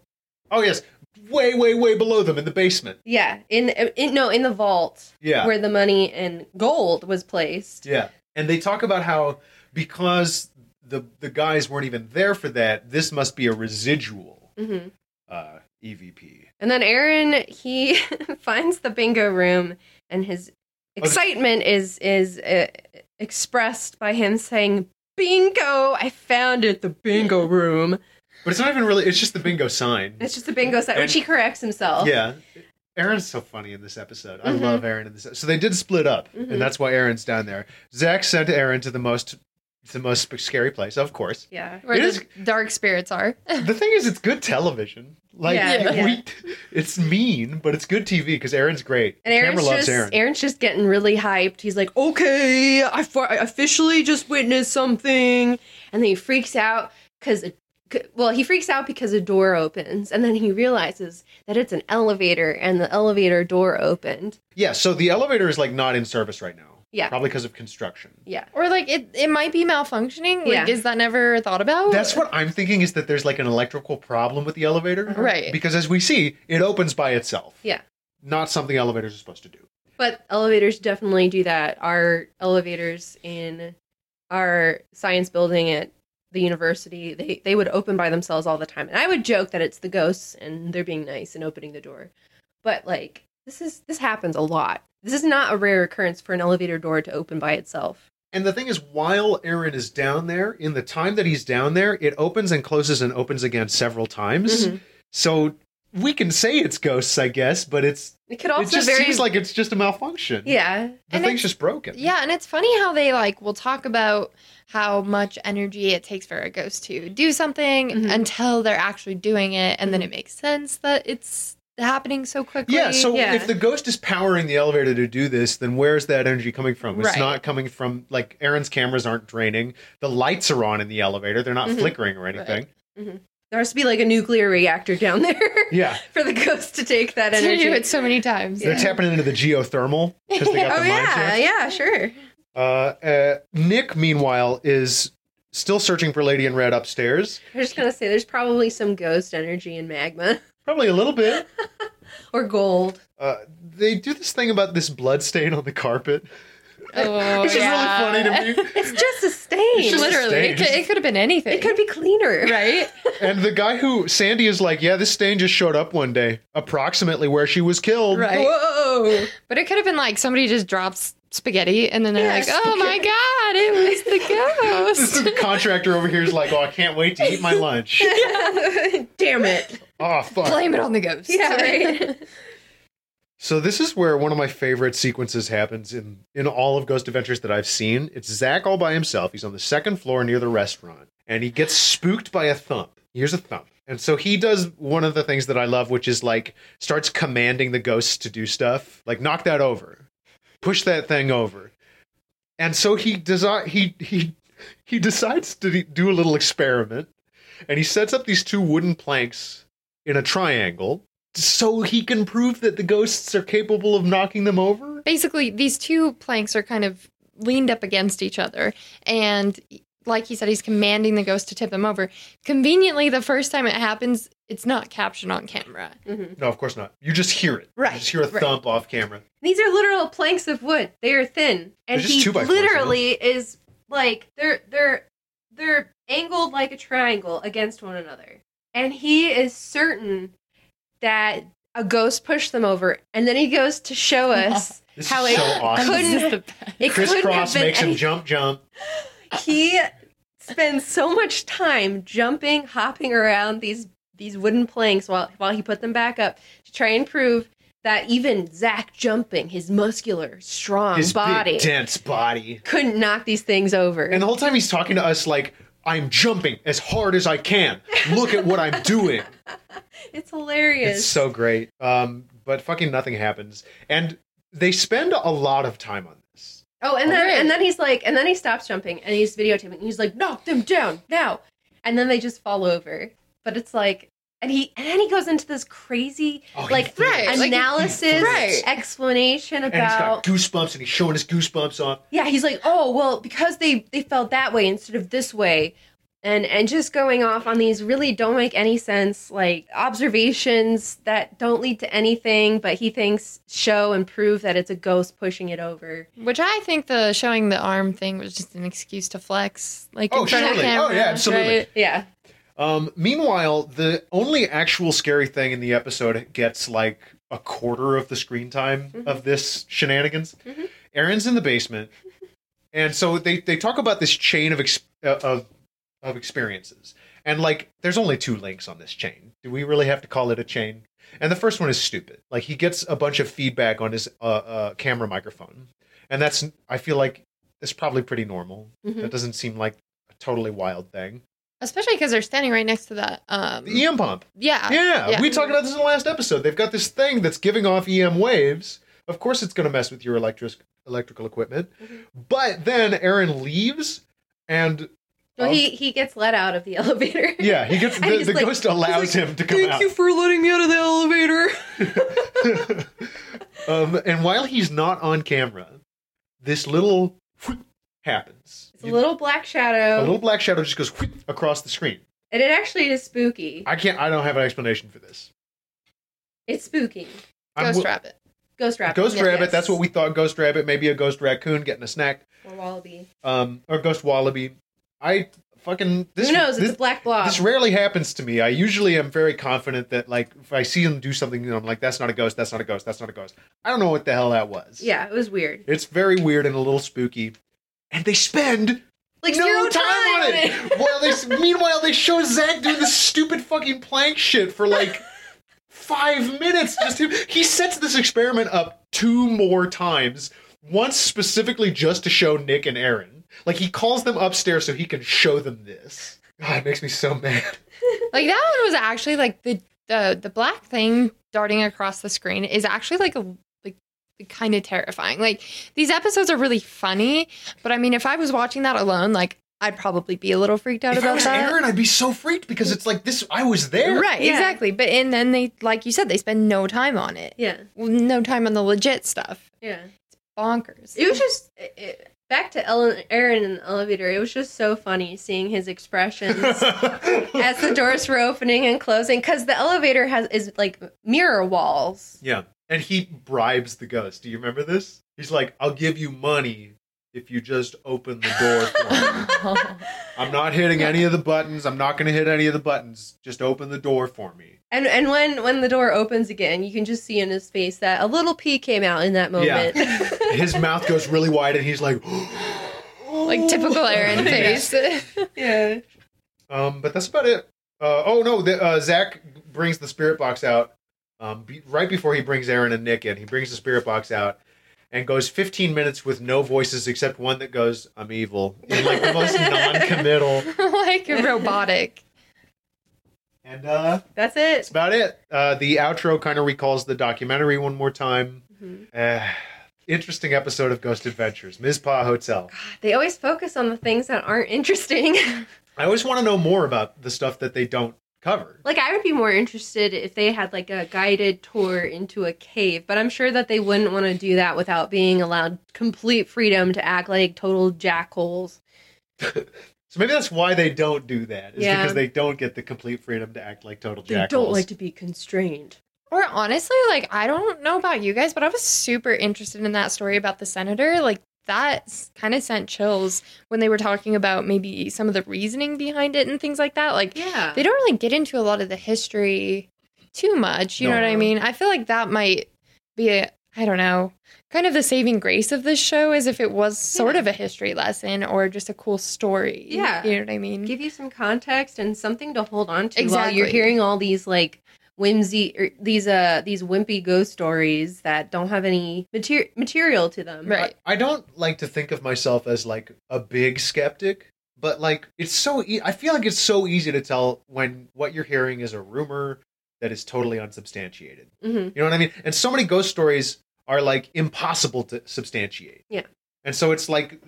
[SPEAKER 1] Oh, yes. Way, way, way below them in the basement.
[SPEAKER 2] Yeah, in, in no, in the vault
[SPEAKER 1] Yeah.
[SPEAKER 2] where the money and gold was placed.
[SPEAKER 1] Yeah. And they talk about how because the, the guys weren't even there for that, this must be a residual
[SPEAKER 2] hmm
[SPEAKER 1] uh, EVP.
[SPEAKER 2] And then Aaron he finds the bingo room, and his
[SPEAKER 1] Oh,
[SPEAKER 2] excitement is is uh, expressed by him saying, "Bingo! I found it. The bingo room."
[SPEAKER 1] But it's not even really, it's just the bingo sign.
[SPEAKER 2] It's just a bingo set, which he corrects himself.
[SPEAKER 1] Yeah. Aaron's so funny in this episode. I
[SPEAKER 2] Mhm.
[SPEAKER 1] love Aaron in this. e-, So they did split up,
[SPEAKER 2] Mhm.
[SPEAKER 1] and that's why Aaron's down there. Zach sent Aaron to the most, the most scary place, of course.
[SPEAKER 2] Yeah.
[SPEAKER 3] Where
[SPEAKER 1] It
[SPEAKER 3] the
[SPEAKER 1] is-
[SPEAKER 3] dark spirits are.
[SPEAKER 1] the thing is, it's good television. Like
[SPEAKER 2] Yeah, Yeah.
[SPEAKER 1] we, it's mean, but it's good TV because Aaron's great.
[SPEAKER 2] And Aaron's
[SPEAKER 1] Camera loves
[SPEAKER 2] just
[SPEAKER 1] Aaron.
[SPEAKER 2] Aaron's just getting really hyped. He's like, "Okay, I, fi- I officially just witnessed something," and then he freaks out because, well, he freaks out because a door opens, and then he realizes that it's an elevator, and the elevator door opened.
[SPEAKER 1] Yeah. So the elevator is like not in service right now.
[SPEAKER 2] Yeah.
[SPEAKER 1] Probably because of construction.
[SPEAKER 2] Yeah,
[SPEAKER 3] Or, like, it, it might be malfunctioning.
[SPEAKER 2] Yeah.
[SPEAKER 3] Like, is that never thought about?
[SPEAKER 1] That's what I'm thinking is that there's like an electrical problem with the elevator.
[SPEAKER 3] Right.
[SPEAKER 1] Because as we see, it opens by itself.
[SPEAKER 2] Yeah.
[SPEAKER 1] Not something elevators are supposed to do.
[SPEAKER 2] but elevators definitely do that. Our elevators in our science building at the university they they would open by themselves all the time, and I would joke that it's the ghosts and they're being nice and opening the door. but like this is this happens a lot this is not a rare occurrence for an elevator door to open by itself
[SPEAKER 1] And the thing is, while Aaron is down there, in the time that he's down there, it opens and closes and opens again several times.
[SPEAKER 2] Mm-hmm.
[SPEAKER 1] So we can say it's ghosts, I guess, but it's
[SPEAKER 2] it could also
[SPEAKER 1] it just
[SPEAKER 2] very
[SPEAKER 1] seems like it's just a malfunction. the
[SPEAKER 2] yeah
[SPEAKER 3] And
[SPEAKER 1] thing's
[SPEAKER 3] it's-
[SPEAKER 1] just broken.
[SPEAKER 3] Yeah, and it's funny how they like will talk about how much energy it takes for a ghost to do something
[SPEAKER 2] Mhm.
[SPEAKER 3] until they're actually doing it, and then it makes sense that it's happening so quickly.
[SPEAKER 1] Yeah, so
[SPEAKER 2] yeah.
[SPEAKER 1] if the ghost is powering the elevator to do this, then where's that energy coming from? It's
[SPEAKER 3] Right.
[SPEAKER 1] not coming from like Aaron's cameras aren't draining. The lights are on in the elevator; they're not
[SPEAKER 2] Mhm.
[SPEAKER 1] flickering or anything.
[SPEAKER 2] there has to be like a nuclear reactor down there
[SPEAKER 1] Yeah,
[SPEAKER 2] for the ghost to take that
[SPEAKER 3] They
[SPEAKER 2] energy
[SPEAKER 3] do it so many times.
[SPEAKER 1] they're tapping into the geothermal because they got
[SPEAKER 2] oh
[SPEAKER 1] the mind
[SPEAKER 2] yeah
[SPEAKER 1] shafts.
[SPEAKER 2] yeah sure
[SPEAKER 1] Uh, uh, Nick, meanwhile, is still searching for Lady in Red upstairs.
[SPEAKER 2] i'm just gonna say there's probably some ghost energy in magma
[SPEAKER 1] Probably a little bit.
[SPEAKER 2] or gold
[SPEAKER 1] Uh, they do this thing about this blood stain on the carpet.
[SPEAKER 3] Oh,
[SPEAKER 1] This
[SPEAKER 3] yeah.
[SPEAKER 1] is really funny to me.
[SPEAKER 2] It's just a stain.
[SPEAKER 1] It's just a
[SPEAKER 3] Literally,
[SPEAKER 1] stain.
[SPEAKER 3] it could, it could have been anything.
[SPEAKER 2] it could be cleaner.
[SPEAKER 3] right?
[SPEAKER 1] And the guy who Sandy is like, yeah, this stain just showed up one day, approximately where she was killed.
[SPEAKER 3] Right.
[SPEAKER 2] Whoa.
[SPEAKER 3] But it could have been like somebody just drops spaghetti and then they're
[SPEAKER 2] Yeah,
[SPEAKER 3] like, oh my God, it was the
[SPEAKER 1] The
[SPEAKER 3] ghost.
[SPEAKER 1] contractor over here is like, oh, I can't wait to eat my lunch.
[SPEAKER 2] Damn it.
[SPEAKER 1] Oh, fuck.
[SPEAKER 3] Blame it on the ghost.
[SPEAKER 2] Yeah, right.
[SPEAKER 1] So this is where one of my favorite sequences happens in in all of Ghost Adventures that I've seen. It's Zach all by himself. He's on the second floor near the restaurant, and he gets spooked by a thump. Here's a thump. And so he does one of the things that I love, which is like starts commanding the ghosts to do stuff, like knock that over, push that thing over. And so he desi- he he he decides to do a little experiment, and he sets up these two wooden planks in a triangle so he can prove that the ghosts are capable of knocking them over?
[SPEAKER 3] Basically, these two planks are kind of leaned up against each other. And like he said, he's commanding the ghost to tip them over. Conveniently, the first time it happens, it's not captured on camera.
[SPEAKER 2] Mm-hmm.
[SPEAKER 1] No, of course not. You just hear it.
[SPEAKER 3] Right,
[SPEAKER 1] You just hear a
[SPEAKER 3] right.
[SPEAKER 1] thump off camera.
[SPEAKER 2] These are literal planks of wood. They are thin, and
[SPEAKER 1] They're just
[SPEAKER 2] he
[SPEAKER 1] two by fours, you know?
[SPEAKER 2] literally is like they're they're they're angled like a triangle against one another, and he is certain that a ghost pushed them over, and then he goes to show us
[SPEAKER 1] This
[SPEAKER 2] how
[SPEAKER 1] is
[SPEAKER 2] it
[SPEAKER 1] so
[SPEAKER 3] And
[SPEAKER 1] awesome.
[SPEAKER 3] this
[SPEAKER 2] couldn't-
[SPEAKER 3] is the best.
[SPEAKER 2] it
[SPEAKER 1] Criss
[SPEAKER 2] couldn't have
[SPEAKER 1] Cross
[SPEAKER 2] been
[SPEAKER 1] makes him
[SPEAKER 2] any-
[SPEAKER 1] jump, jump.
[SPEAKER 2] he spends so much time jumping, hopping around these these wooden planks while while he put them back up to try and prove that even Zach jumping, his muscular, strong
[SPEAKER 1] His
[SPEAKER 2] body,
[SPEAKER 1] big, dense body.
[SPEAKER 2] couldn't knock these things over.
[SPEAKER 1] And the whole time he's talking to us like, I'm jumping as hard as I can. Look at what I'm doing.
[SPEAKER 2] it's hilarious.
[SPEAKER 1] It's so great. Um, but fucking nothing happens. And they spend a lot of time on this.
[SPEAKER 2] oh, and then
[SPEAKER 3] Right.
[SPEAKER 2] and then he's like, and then he stops jumping and he's videotaping. And he's like, knock them down now, and then they just fall over. But it's like, and he and then he goes into this crazy
[SPEAKER 1] Oh, he
[SPEAKER 2] like
[SPEAKER 1] flips.
[SPEAKER 3] Right, like,
[SPEAKER 2] analysis
[SPEAKER 3] Right.
[SPEAKER 2] explanation
[SPEAKER 1] And he's got
[SPEAKER 2] about
[SPEAKER 1] goosebumps and he's showing his goosebumps off.
[SPEAKER 2] yeah he's like oh well because they they fell that way instead of this way and and just going off on these really don't make any sense like observations that don't lead to anything but he thinks show and prove that it's a ghost pushing it over
[SPEAKER 3] Which I think the showing the arm thing was just an excuse to flex, like
[SPEAKER 1] Oh,
[SPEAKER 3] in front of
[SPEAKER 1] surely.
[SPEAKER 3] camera.
[SPEAKER 1] Oh, yeah, absolutely.
[SPEAKER 3] right?
[SPEAKER 2] yeah
[SPEAKER 1] Um, meanwhile, the only actual scary thing in the episode gets like a quarter of the screen time of this shenanigans. Aaron's in the basement, and so they they talk about this chain of ex- uh, of of experiences, and like there's only two links on this chain. Do we really have to call it a chain? And the first one is stupid. Like he gets a bunch of feedback on his uh, uh, camera microphone, and that's I feel like it's probably pretty normal.
[SPEAKER 2] Mhm.
[SPEAKER 1] That doesn't seem like a totally wild thing.
[SPEAKER 3] Especially because they're standing right next to that. Um,
[SPEAKER 1] The EM pump.
[SPEAKER 3] yeah.
[SPEAKER 1] Yeah,
[SPEAKER 3] Yeah.
[SPEAKER 1] we talked about this in the last episode. They've got this thing that's giving off EM waves. Of course, it's going to mess with your electric electrical equipment.
[SPEAKER 2] Mm-hmm.
[SPEAKER 1] But then Aaron leaves, and
[SPEAKER 2] well
[SPEAKER 1] Oh.
[SPEAKER 2] he he gets let out of the elevator
[SPEAKER 1] yeah, he gets
[SPEAKER 2] And
[SPEAKER 1] the,
[SPEAKER 2] he's
[SPEAKER 1] the
[SPEAKER 2] like-
[SPEAKER 1] ghost allows
[SPEAKER 2] he's like,
[SPEAKER 1] him to come
[SPEAKER 2] thank
[SPEAKER 1] out.
[SPEAKER 2] you for letting me out of the elevator
[SPEAKER 1] um, and while he's not on camera, this little happens.
[SPEAKER 2] it's a little black shadow
[SPEAKER 1] A little black shadow just goes across the screen.
[SPEAKER 2] and it actually is spooky
[SPEAKER 1] I can't. I don't have an explanation for this.
[SPEAKER 2] it's spooky
[SPEAKER 1] I'm
[SPEAKER 3] Ghost
[SPEAKER 1] wi-
[SPEAKER 3] Rabbit.
[SPEAKER 2] ghost rabbit
[SPEAKER 1] Ghost
[SPEAKER 3] Yeah,
[SPEAKER 1] rabbit.
[SPEAKER 3] yes.
[SPEAKER 1] That's what we thought. Ghost rabbit. Maybe a ghost raccoon getting a snack.
[SPEAKER 2] or wallaby
[SPEAKER 1] um, or Ghost Wallaby. I fucking this,
[SPEAKER 2] who knows
[SPEAKER 1] This,
[SPEAKER 2] it's a black blob
[SPEAKER 1] this rarely happens to me. I usually am very confident that like if I see them do something, I'm like, that's not a ghost. That's not a ghost. That's not a ghost. I don't know what the hell that was.
[SPEAKER 2] yeah it was weird
[SPEAKER 1] it's very weird and a little spooky. And they spend
[SPEAKER 2] like
[SPEAKER 1] no
[SPEAKER 2] zero
[SPEAKER 1] time, on it. While they, meanwhile, they show Zach doing this stupid fucking plank shit for like five minutes. Just him. He sets this experiment up two more times. Once specifically just to show Nick and Aaron. Like he calls them upstairs so he can show them this. God, it makes me so mad.
[SPEAKER 3] Like that one was actually like the the the black thing darting across the screen is actually like a like kind of terrifying. Like these episodes are really funny, but I mean, if I was watching that alone, like I'd probably be a little freaked out
[SPEAKER 1] If I
[SPEAKER 3] about
[SPEAKER 1] was
[SPEAKER 3] that.
[SPEAKER 1] Aaron, I'd be so freaked because it's like this. I was there.
[SPEAKER 3] Right,
[SPEAKER 2] Yeah.
[SPEAKER 3] exactly. But and then they, like you said, they spend no time on it.
[SPEAKER 2] Yeah,
[SPEAKER 3] No time on the legit stuff.
[SPEAKER 2] yeah.
[SPEAKER 3] Bonkers.
[SPEAKER 2] It was just it, it- back to Ellen, Aaron in the elevator. It was just so funny seeing his expressions as the doors were opening and closing because the elevator has is like mirror walls.
[SPEAKER 1] Yeah. And he bribes the ghost. Do you remember this? He's like, I'll give you money if you just open the door for me. I'm not hitting any of the buttons. I'm not going to hit any of the buttons. Just open the door for me.
[SPEAKER 2] And and when when the door opens again, you can just see in his face that a little pee came out in that moment.
[SPEAKER 1] His mouth goes really wide and he's like,
[SPEAKER 3] like typical Aaron face.
[SPEAKER 2] yeah.
[SPEAKER 1] um, but that's about it. Uh, oh no, the, uh, Zach brings the spirit box out um, be, right before he brings Aaron and Nick in. He brings the spirit box out and goes 15 minutes with no voices except one that goes, "I'm evil," in like the most non-committal.
[SPEAKER 3] like robotic.
[SPEAKER 1] And uh,
[SPEAKER 2] That's
[SPEAKER 1] that's
[SPEAKER 2] it.
[SPEAKER 1] about it. Uh, the outro kind of recalls the documentary one more time.
[SPEAKER 2] Mhm.
[SPEAKER 1] Uh, interesting episode of Ghost Adventures, Ms. Pa Hotel.
[SPEAKER 2] They always focus on the things that aren't interesting.
[SPEAKER 1] I always want to know more about the stuff that they don't cover.
[SPEAKER 2] like I would be more interested if they had like a guided tour into a cave, but I'm sure that they wouldn't want to do that without being allowed complete freedom to act like total jackholes.
[SPEAKER 1] So maybe that's why they don't do that. Is
[SPEAKER 2] Yeah.
[SPEAKER 1] because they don't get the complete freedom to act like total
[SPEAKER 2] They
[SPEAKER 1] jackals.
[SPEAKER 2] don't like to be constrained.
[SPEAKER 3] Or honestly, like I don't know about you guys, but I was super interested in that story about the senator. Like that kind of sent chills when they were talking about maybe some of the reasoning behind it and things like that. Like
[SPEAKER 2] Yeah.
[SPEAKER 3] they don't really get into a lot of the history too much. You know what I
[SPEAKER 2] No.
[SPEAKER 3] mean? I feel like that might be a I don't know, kind of the saving grace of this show is if it was sort
[SPEAKER 2] Yeah.
[SPEAKER 3] of a history lesson or just a cool story.
[SPEAKER 2] Yeah.
[SPEAKER 3] You know what I mean?
[SPEAKER 2] give you some context and something to hold on to while you're
[SPEAKER 3] Exactly.
[SPEAKER 2] hearing all these like whimsy or these uh these wimpy ghost stories that don't have any mater- material to them
[SPEAKER 3] Right.
[SPEAKER 1] I don't like to think of myself as like a big skeptic, but like it's so. E- I feel like it's so easy to tell when what you're hearing is a rumor that is totally unsubstantiated.
[SPEAKER 2] Mhm.
[SPEAKER 1] You know what I mean? And so many ghost stories are like impossible to substantiate.
[SPEAKER 2] Yeah.
[SPEAKER 1] And so it's like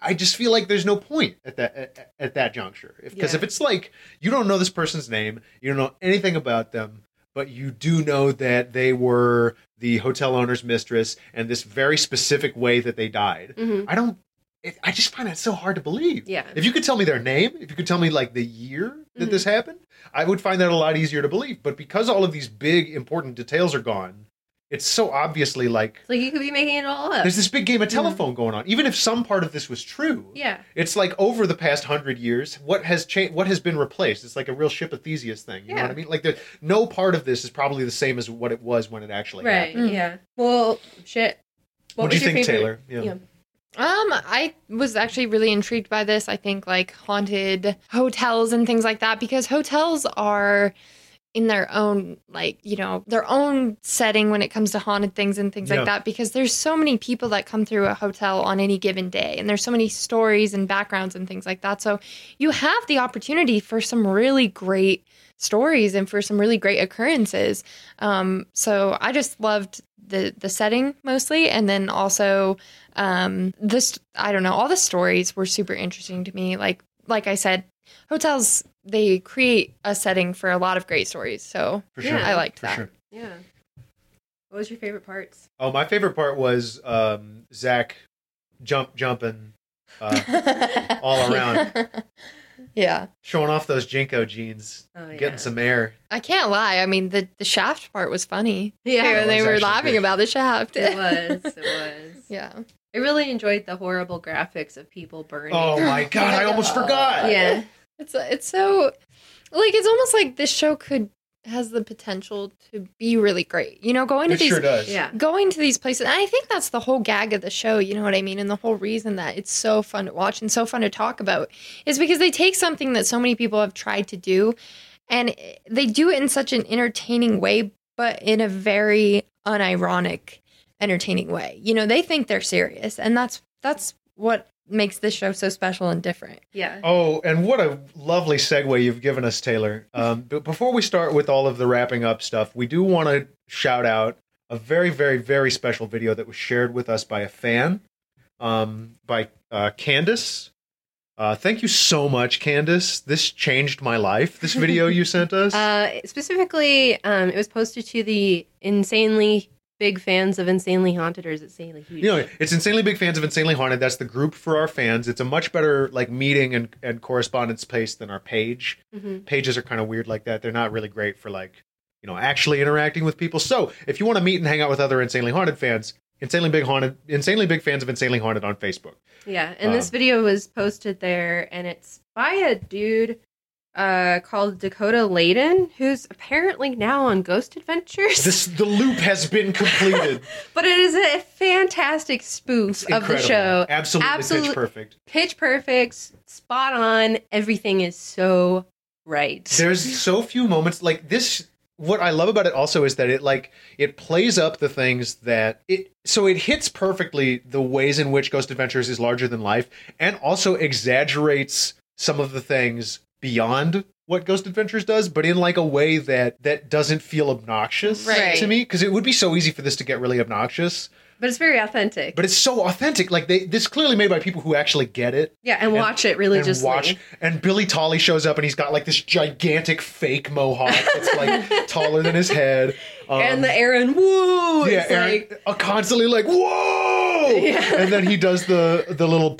[SPEAKER 1] I just feel like there's no point at that at, at that juncture. Because if,
[SPEAKER 2] Yeah.
[SPEAKER 1] it's like you don't know this person's name, you don't know anything about them, but you do know that they were the hotel owner's mistress and this very specific way that they died.
[SPEAKER 2] Mhm.
[SPEAKER 1] I don't it, I just find that so hard to believe.
[SPEAKER 2] yeah
[SPEAKER 1] If you could tell me their name, if you could tell me like the year that this
[SPEAKER 2] Mm-hmm.
[SPEAKER 1] happened, I would find that a lot easier to believe. But because all of these big important details are gone, it's so obviously like
[SPEAKER 2] it's like you could be making it all up
[SPEAKER 1] there's this big game of telephone going on. Even if some part of this was true,
[SPEAKER 2] Mm-hmm. yeah
[SPEAKER 1] it's like over the past hundred years, what has changed? What has been replaced? It's like a real ship of Theseus thing. You know
[SPEAKER 2] Yeah.
[SPEAKER 1] what I mean? Like there, no part of this is probably the same as what it was when it actually
[SPEAKER 2] right
[SPEAKER 1] happened.
[SPEAKER 3] Mm.
[SPEAKER 2] yeah well shit
[SPEAKER 1] What do you
[SPEAKER 2] was your
[SPEAKER 1] think,
[SPEAKER 2] favorite-
[SPEAKER 1] Taylor? Yeah.
[SPEAKER 2] Yeah.
[SPEAKER 3] Um, I was actually really intrigued by this. I think like haunted hotels and things like that because hotels are in their own like you know their own setting when it comes to haunted things and things
[SPEAKER 1] Yeah.
[SPEAKER 3] like that because there's so many people that come through a hotel on any given day and there's so many stories and backgrounds and things like that so you have the opportunity for some really great stories and for some really great occurrences um, so i just loved the the setting mostly and then also um this i don't know all the stories were super interesting to me like like i said hotels they create a setting for a lot of great stories so
[SPEAKER 1] For
[SPEAKER 2] Yeah.
[SPEAKER 3] i liked
[SPEAKER 1] For
[SPEAKER 3] that
[SPEAKER 1] sure.
[SPEAKER 2] yeah what was your favorite parts
[SPEAKER 1] Oh, my favorite part was um, Zach jump jumping, uh, all around.
[SPEAKER 3] yeah
[SPEAKER 1] showing off those Jinko jeans,
[SPEAKER 2] oh yeah
[SPEAKER 1] getting some air.
[SPEAKER 3] i can't lie i mean the the shaft part was funny
[SPEAKER 2] yeah
[SPEAKER 1] That
[SPEAKER 3] when they
[SPEAKER 1] was
[SPEAKER 3] were
[SPEAKER 1] actually
[SPEAKER 3] laughing
[SPEAKER 1] good.
[SPEAKER 3] about the shaft
[SPEAKER 2] it was it was
[SPEAKER 3] yeah
[SPEAKER 2] i really enjoyed the horrible graphics of people burning
[SPEAKER 1] Oh my god, I almost forgot.
[SPEAKER 2] yeah
[SPEAKER 3] It's it's so like it's almost like this show could has the potential to be really great. You know, going to
[SPEAKER 1] It
[SPEAKER 3] these
[SPEAKER 1] sure does.
[SPEAKER 2] yeah
[SPEAKER 3] going to these places. And I think that's the whole gag of the show, you know what I mean? And the whole reason that it's so fun to watch and so fun to talk about is because they take something that so many people have tried to do and they do it in such an entertaining way, but in a very unironic, entertaining way. You know, they think they're serious, and that's that's what makes this show so special and different.
[SPEAKER 2] yeah
[SPEAKER 1] Oh, and what a lovely segue you've given us, Taylor. Um, but before we start with all of the wrapping up stuff, we do want to shout out a very, very, very special video that was shared with us by a fan, um, by uh, Candace. Uh, thank you so much, Candace. This changed my life. This video you sent us.
[SPEAKER 2] Uh, specifically, um, it was posted to the insanely big fans of Insanely Haunted or is it Insanely Huge?
[SPEAKER 1] you know, it's insanely big fans of Insanely Haunted. That's the group for our fans. It's a much better like meeting and, and correspondence place than our page.
[SPEAKER 2] Mhm.
[SPEAKER 1] pages are kind of weird like that. They're not really great for like, you know, actually interacting with people. So if you want to meet and hang out with other insanely haunted fans, insanely big haunted, insanely big fans of insanely haunted on Facebook.
[SPEAKER 2] Yeah, and
[SPEAKER 1] Uh,
[SPEAKER 2] this video was posted there, and it's by a dude uh, called Dakota Layden, who's apparently now on Ghost Adventures.
[SPEAKER 1] This the loop has been completed.
[SPEAKER 2] but it is a fantastic spoof of the
[SPEAKER 1] Incredible.
[SPEAKER 2] show.
[SPEAKER 1] absolutely
[SPEAKER 2] Absolute-
[SPEAKER 1] pitch perfect.
[SPEAKER 2] Pitch perfect, spot on. Everything is so right.
[SPEAKER 1] There's so few moments like this. What I love about it also is that it like it plays up the things that it so it hits perfectly the ways in which Ghost Adventures is larger than life, and also exaggerates some of the things beyond what Ghost Adventures does, but in like a way that that doesn't feel obnoxious
[SPEAKER 3] Right.
[SPEAKER 1] to me because it would be so easy for this to get really obnoxious,
[SPEAKER 2] but it's very authentic.
[SPEAKER 1] but it's so authentic. Like they this is clearly made by people who actually get it
[SPEAKER 2] yeah, and, watch it really
[SPEAKER 1] and
[SPEAKER 2] just
[SPEAKER 1] watch. And Billy Tolly shows up, and he's got like this gigantic fake mohawk that's like taller than his head. Um,
[SPEAKER 2] and the Aaron woo.
[SPEAKER 1] yeah,
[SPEAKER 2] it's
[SPEAKER 1] Aaron,
[SPEAKER 2] like
[SPEAKER 1] uh, constantly like whoa,
[SPEAKER 2] Yeah.
[SPEAKER 1] and then he does the the little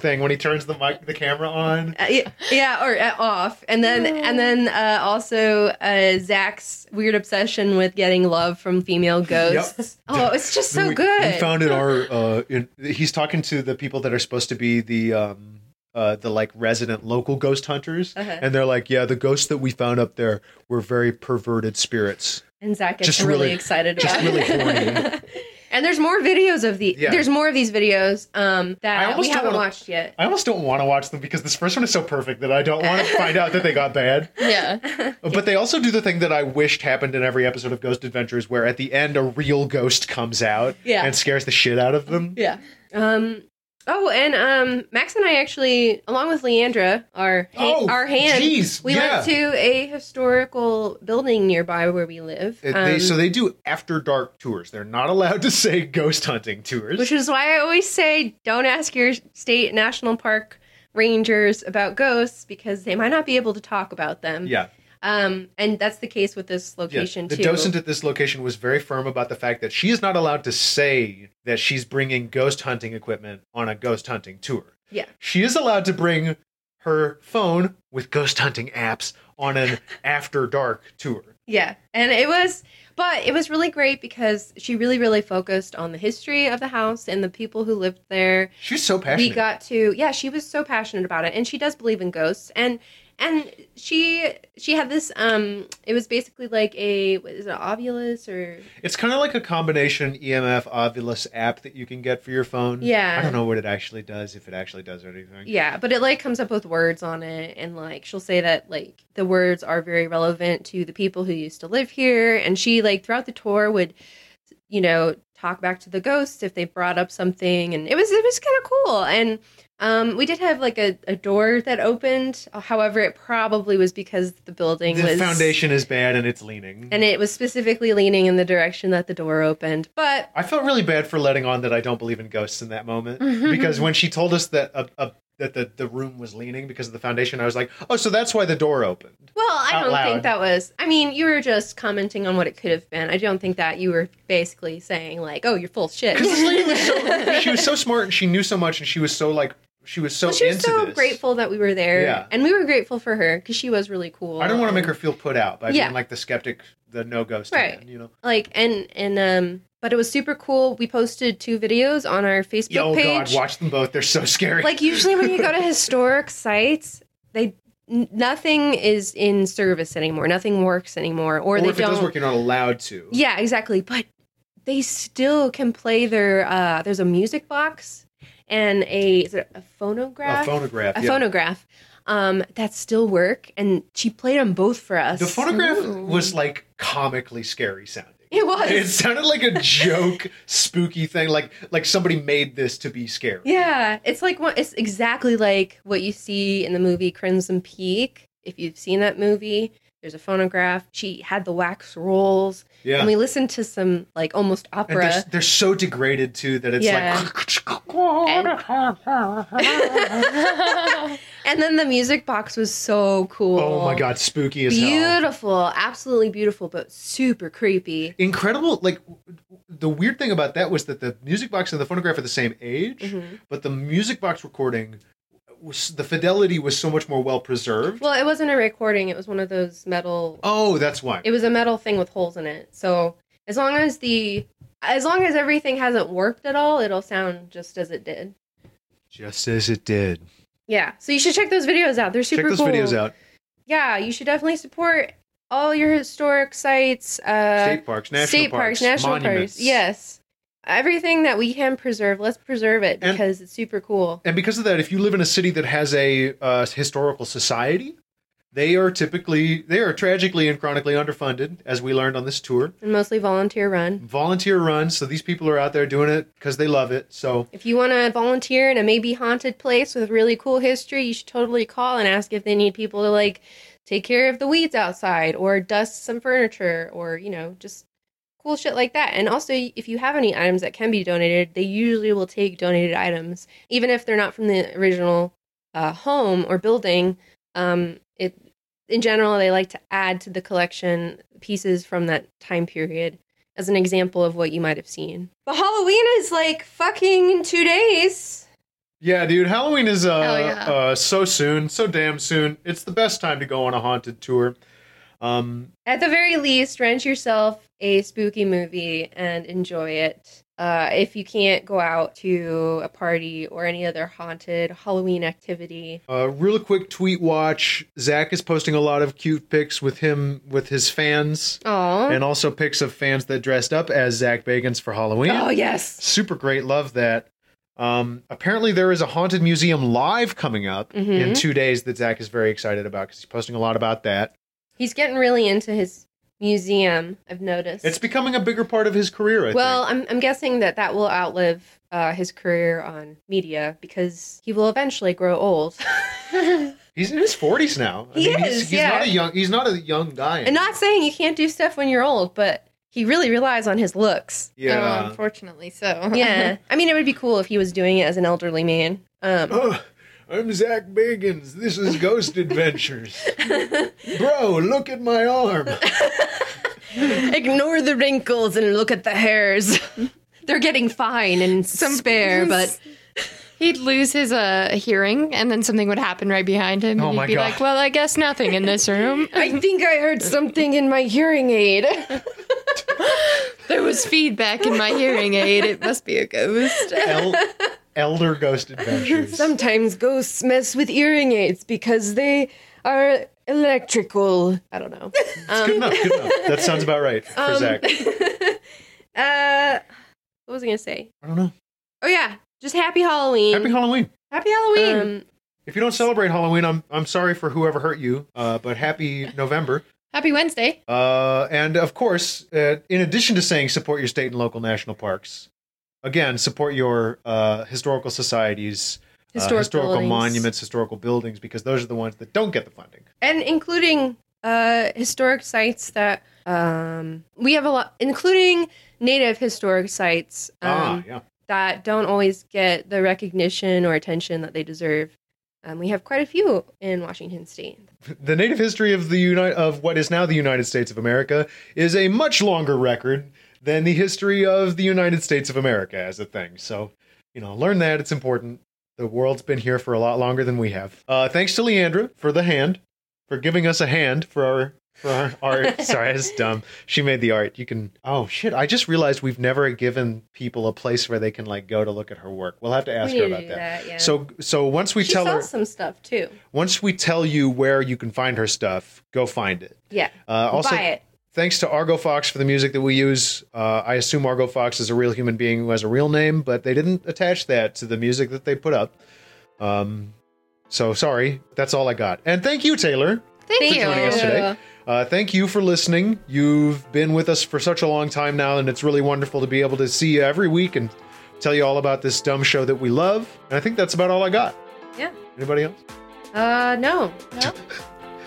[SPEAKER 1] thing when he turns the mic the camera on.
[SPEAKER 2] Uh, yeah, yeah, or uh, off, and then and then uh, also uh, Zach's weird obsession with getting love from female ghosts. Oh, it's just so
[SPEAKER 1] we,
[SPEAKER 2] good.
[SPEAKER 1] We found in our uh, in, he's talking to the people that are supposed to be the um uh the like resident local ghost hunters,
[SPEAKER 2] Uh-huh.
[SPEAKER 1] and they're like, yeah, the ghosts that we found up there were very perverted spirits.
[SPEAKER 2] and Zach gets
[SPEAKER 1] just
[SPEAKER 2] really,
[SPEAKER 1] really-
[SPEAKER 2] excited
[SPEAKER 1] just
[SPEAKER 2] about
[SPEAKER 1] really
[SPEAKER 2] it. and there's more videos of the.
[SPEAKER 1] Yeah.
[SPEAKER 2] There's more of these videos um,
[SPEAKER 1] I
[SPEAKER 2] that
[SPEAKER 1] almost
[SPEAKER 2] we
[SPEAKER 1] don't
[SPEAKER 2] haven't
[SPEAKER 1] wanna-
[SPEAKER 2] watched yet.
[SPEAKER 1] I almost don't want to watch them because this first one is so perfect that I don't want to find out that they got bad.
[SPEAKER 3] Yeah.
[SPEAKER 1] But they also do the thing that I wished happened in every episode of Ghost Adventures, where at the end a real ghost comes out
[SPEAKER 2] Yeah.
[SPEAKER 1] and scares the shit out of them.
[SPEAKER 3] Yeah.
[SPEAKER 2] Um, oh, and um, Max and I actually, along with Leandra, our ha-
[SPEAKER 1] Oh,
[SPEAKER 2] our hand,
[SPEAKER 1] jeez,
[SPEAKER 2] we
[SPEAKER 1] yeah.
[SPEAKER 2] went to a historical building nearby where we live.
[SPEAKER 1] It-
[SPEAKER 2] um,
[SPEAKER 1] they, so they do after dark tours. They're not allowed to say ghost hunting tours.
[SPEAKER 2] which is why I always say don't ask your state national park rangers about ghosts because they might not be able to talk about them.
[SPEAKER 1] yeah,
[SPEAKER 2] Um, and that's the case with this
[SPEAKER 1] yeah.
[SPEAKER 2] location
[SPEAKER 1] The
[SPEAKER 2] too.
[SPEAKER 1] docent at this location was very firm about the fact that she is not allowed to say that she's bringing ghost hunting equipment on a ghost hunting tour.
[SPEAKER 2] yeah.
[SPEAKER 1] she is allowed to bring her phone with ghost hunting apps on an after dark tour.
[SPEAKER 2] Yeah. And it was but it was really great because she really really focused on the history of the house and the people who lived there
[SPEAKER 1] She's so passionate.
[SPEAKER 2] we got to yeah she was so passionate about it and she does believe in ghosts and and she she had this um it was basically like a what is it ovulus or
[SPEAKER 1] it's kind of like a combination EMF ovulus app that you can get for your phone.
[SPEAKER 2] Yeah.
[SPEAKER 1] I don't know what it actually does, if it actually does anything.
[SPEAKER 2] yeah but it like comes up with words on it and like she'll say that like the words are very relevant to the people who used to live here and she like throughout the tour would you know talk back to the ghosts if they brought up something and it was it was kind of cool and um we did have like a, a door that opened however it probably was because the building
[SPEAKER 1] The
[SPEAKER 2] was
[SPEAKER 1] foundation is bad and it's leaning.
[SPEAKER 2] and it was specifically leaning in the direction that the door opened. But
[SPEAKER 1] I felt really bad for letting on that I don't believe in ghosts in that moment because when she told us that a, a, that the, the room was leaning because of the foundation, I was like, oh, so that's why the door opened.
[SPEAKER 2] well, I
[SPEAKER 1] Out
[SPEAKER 2] don't
[SPEAKER 1] loud.
[SPEAKER 2] think that was. I mean, you were just commenting on what it could have been. I don't think that you were basically saying like, "Oh, you're full of shit."
[SPEAKER 1] Because this lady was so she was so smart and she knew so much and she was so like she was so
[SPEAKER 2] Well, she was
[SPEAKER 1] into
[SPEAKER 2] so
[SPEAKER 1] this.
[SPEAKER 2] grateful that we were there,
[SPEAKER 1] Yeah.
[SPEAKER 2] and we were grateful for her because she was really cool.
[SPEAKER 1] I don't want to make
[SPEAKER 2] and-
[SPEAKER 1] her feel put out by
[SPEAKER 2] Yeah.
[SPEAKER 1] being like the skeptic, the no ghost,
[SPEAKER 2] Right.
[SPEAKER 1] man, you know.
[SPEAKER 2] like and and um. But it was super cool. We posted two videos on our Facebook
[SPEAKER 1] oh
[SPEAKER 2] page.
[SPEAKER 1] God, watch them both. They're so scary.
[SPEAKER 2] like usually when you go to historic sites they n- nothing is in service anymore nothing works anymore or,
[SPEAKER 1] or,
[SPEAKER 2] they
[SPEAKER 1] if it
[SPEAKER 2] don't
[SPEAKER 1] does work, you're not allowed to.
[SPEAKER 2] yeah exactly but they still can play their uh there's a music box and a is it a phonograph
[SPEAKER 1] A phonograph.
[SPEAKER 2] A
[SPEAKER 1] yeah.
[SPEAKER 2] phonograph, um that still work and she played them both for us
[SPEAKER 1] The phonograph
[SPEAKER 3] Ooh.
[SPEAKER 1] was like comically scary sounding.
[SPEAKER 2] it was
[SPEAKER 1] It sounded like a joke, spooky thing. Like like somebody made this to be scary.
[SPEAKER 2] Yeah, it's like one. It's exactly like what you see in the movie Crimson Peak. If you've seen that movie, there's a phonograph. She had the wax rolls,
[SPEAKER 1] Yeah.
[SPEAKER 2] and we listened to some like almost
[SPEAKER 1] And they're,
[SPEAKER 2] opera.
[SPEAKER 1] they're so degraded too that it's like.
[SPEAKER 2] And then the music box was so cool.
[SPEAKER 1] oh my god, spooky as hell.
[SPEAKER 2] Beautiful, absolutely beautiful, but super creepy.
[SPEAKER 1] incredible like w- w- the weird thing about that was that the music box and the phonograph are the same age
[SPEAKER 2] Mhm.
[SPEAKER 1] but the music box recording was the fidelity was so much more well preserved
[SPEAKER 2] Well, it wasn't a recording. It was one of those metal.
[SPEAKER 1] oh that's why
[SPEAKER 2] It was a metal thing with holes in it. So as long as the as long as everything hasn't worked at all, it'll sound just as it did.
[SPEAKER 1] Just as it did.
[SPEAKER 2] Yeah. So you should check those videos out. They're super
[SPEAKER 1] Check those
[SPEAKER 2] cool.
[SPEAKER 1] videos out.
[SPEAKER 2] Yeah, you should definitely support all your historic sites. Uh,
[SPEAKER 1] state parks, national
[SPEAKER 2] state parks,
[SPEAKER 1] parks,
[SPEAKER 2] national
[SPEAKER 1] monuments.
[SPEAKER 2] parks. Yes. Everything that we can preserve, let's preserve it
[SPEAKER 1] And-
[SPEAKER 2] because it's super cool.
[SPEAKER 1] And because of that, if you live in a city that has a uh, historical society, they are typically they are tragically and chronically underfunded, as we learned on this tour.
[SPEAKER 2] And mostly volunteer run.
[SPEAKER 1] Volunteer run, so these people are out there doing it because they love it. So
[SPEAKER 2] If you want to volunteer in a maybe haunted place with really cool history, you should totally call and ask if they need people to like take care of the weeds outside or dust some furniture or, you know, just cool shit like that. And also, if you have any items that can be donated, they usually will take donated items, even if they're not from the original uh, home or building. Um, it in general, they like to add to the collection pieces from that time period as an example of what you might have seen. But Halloween is like fucking in two days.
[SPEAKER 1] yeah, dude, Halloween is uh,
[SPEAKER 3] Oh, yeah.
[SPEAKER 1] uh so soon, so damn soon. It's the best time to go on a haunted tour. Um,
[SPEAKER 2] At the very least, rent yourself a spooky movie and enjoy it. Uh, if you can't go out to a party or any other haunted Halloween activity,
[SPEAKER 1] Uh, real quick tweet watch. Zach is posting a lot of cute pics with him with his fans,
[SPEAKER 2] oh,
[SPEAKER 1] and also pics of fans that dressed up as Zach Bagans for Halloween.
[SPEAKER 2] oh yes,
[SPEAKER 1] Super great, love that. Um, apparently, there is a haunted museum live coming up in
[SPEAKER 2] Mhm.
[SPEAKER 1] two days that Zach is very excited about because he's posting a lot about that.
[SPEAKER 2] he's getting really into his museum. I've noticed.
[SPEAKER 1] It's becoming a bigger part of his career. I
[SPEAKER 2] well, I'm I'm guessing that that will outlive uh, his career on media because he will eventually grow old.
[SPEAKER 1] think. he's in his forties now.
[SPEAKER 2] He
[SPEAKER 1] He's,
[SPEAKER 2] is,
[SPEAKER 1] he's
[SPEAKER 2] yeah.
[SPEAKER 1] not a young. He's not a young guy.
[SPEAKER 2] And not saying you can't do stuff when you're old, but he really relies on his looks.
[SPEAKER 3] Oh,
[SPEAKER 1] Yeah.
[SPEAKER 3] unfortunately, so
[SPEAKER 2] Yeah. I mean, it would be cool if he was doing it as an elderly man. Um,
[SPEAKER 1] Oh, I'm Zach Bagans. This is Ghost Adventures. Bro, look at my arm.
[SPEAKER 2] ignore the wrinkles and look at the hairs. They're getting fine and some spare, but
[SPEAKER 3] He'd lose his uh, hearing, and then something would happen right behind him.
[SPEAKER 1] Oh
[SPEAKER 3] and he'd
[SPEAKER 1] my
[SPEAKER 3] be
[SPEAKER 1] God.
[SPEAKER 3] like, "Well, I guess nothing in this room.
[SPEAKER 2] I think I heard something in my hearing aid.
[SPEAKER 3] there was feedback in my hearing aid. It must be a ghost."
[SPEAKER 1] El- Elder Ghost Adventures.
[SPEAKER 2] Sometimes ghosts mess with hearing aids because they are electrical. I don't know.
[SPEAKER 1] good enough, good enough. That sounds about right for
[SPEAKER 2] Um,
[SPEAKER 1] Zach.
[SPEAKER 2] uh, what was I going to say?
[SPEAKER 1] I don't know.
[SPEAKER 2] Oh yeah, just happy Halloween.
[SPEAKER 1] Happy Halloween.
[SPEAKER 3] Happy Halloween!
[SPEAKER 2] Um,
[SPEAKER 1] If you don't celebrate Halloween, I'm I'm sorry for whoever hurt you. Uh, but happy November.
[SPEAKER 3] Happy Wednesday.
[SPEAKER 1] Uh, and of course, uh, in addition to saying support your state and local national parks, again support your uh, historical societies, uh,
[SPEAKER 2] Historic buildings.
[SPEAKER 1] monuments, historical buildings, because those are the ones that don't get the funding.
[SPEAKER 2] and including uh, historic sites that um, we have a lot, including native historic sites um,
[SPEAKER 1] ah, yeah.
[SPEAKER 2] that don't always get the recognition or attention that they deserve. Um, we have quite a few in Washington State.
[SPEAKER 1] The native history of the United of what is now the United States of America is a much longer record than the history of the United States of America as a thing. So, you know, learn that it's important. The world's been here for a lot longer than we have. Uh, thanks to Leandra for the hand, for giving us a hand for our for our art. Sorry, that's dumb. She made the art. You can. Oh shit! I just realized we've never given people a place where they can like go to look at her work. We'll have to ask
[SPEAKER 2] we
[SPEAKER 1] her
[SPEAKER 2] need
[SPEAKER 1] about
[SPEAKER 2] to do
[SPEAKER 1] that.
[SPEAKER 2] that. yeah.
[SPEAKER 1] So so once we
[SPEAKER 2] she
[SPEAKER 1] tell
[SPEAKER 2] saw
[SPEAKER 1] her
[SPEAKER 2] some stuff too.
[SPEAKER 1] once we tell you where you can find her stuff, go find it.
[SPEAKER 2] Yeah,
[SPEAKER 1] Uh, also,
[SPEAKER 2] buy it.
[SPEAKER 1] thanks to Argo Fox for the music that we use. Uh, I assume Argo Fox is a real human being who has a real name, but they didn't attach that to the music that they put up. Um, so sorry, that's all I got. And thank you, Taylor.
[SPEAKER 3] Thank,
[SPEAKER 2] Thank
[SPEAKER 3] you.
[SPEAKER 1] joining us today. Uh, thank you for listening. You've been with us for such a long time now, and it's really wonderful to be able to see you every week and tell you all about this dumb show that we love. And I think that's about all I got.
[SPEAKER 2] Yeah.
[SPEAKER 1] Anybody else?
[SPEAKER 2] Uh, no,
[SPEAKER 3] No?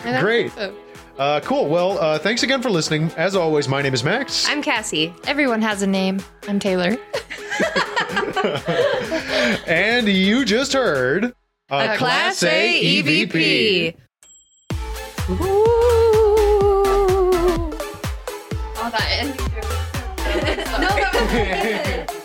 [SPEAKER 3] I don't
[SPEAKER 1] Great.
[SPEAKER 3] think so.
[SPEAKER 1] Uh, cool. Well, uh, thanks again for listening. As always, my name is Max.
[SPEAKER 2] I'm Cassie.
[SPEAKER 3] Everyone has a name. I'm Taylor.
[SPEAKER 1] and you just heard a, E
[SPEAKER 2] Ooh. E
[SPEAKER 3] All that.
[SPEAKER 1] E
[SPEAKER 2] no, that was good.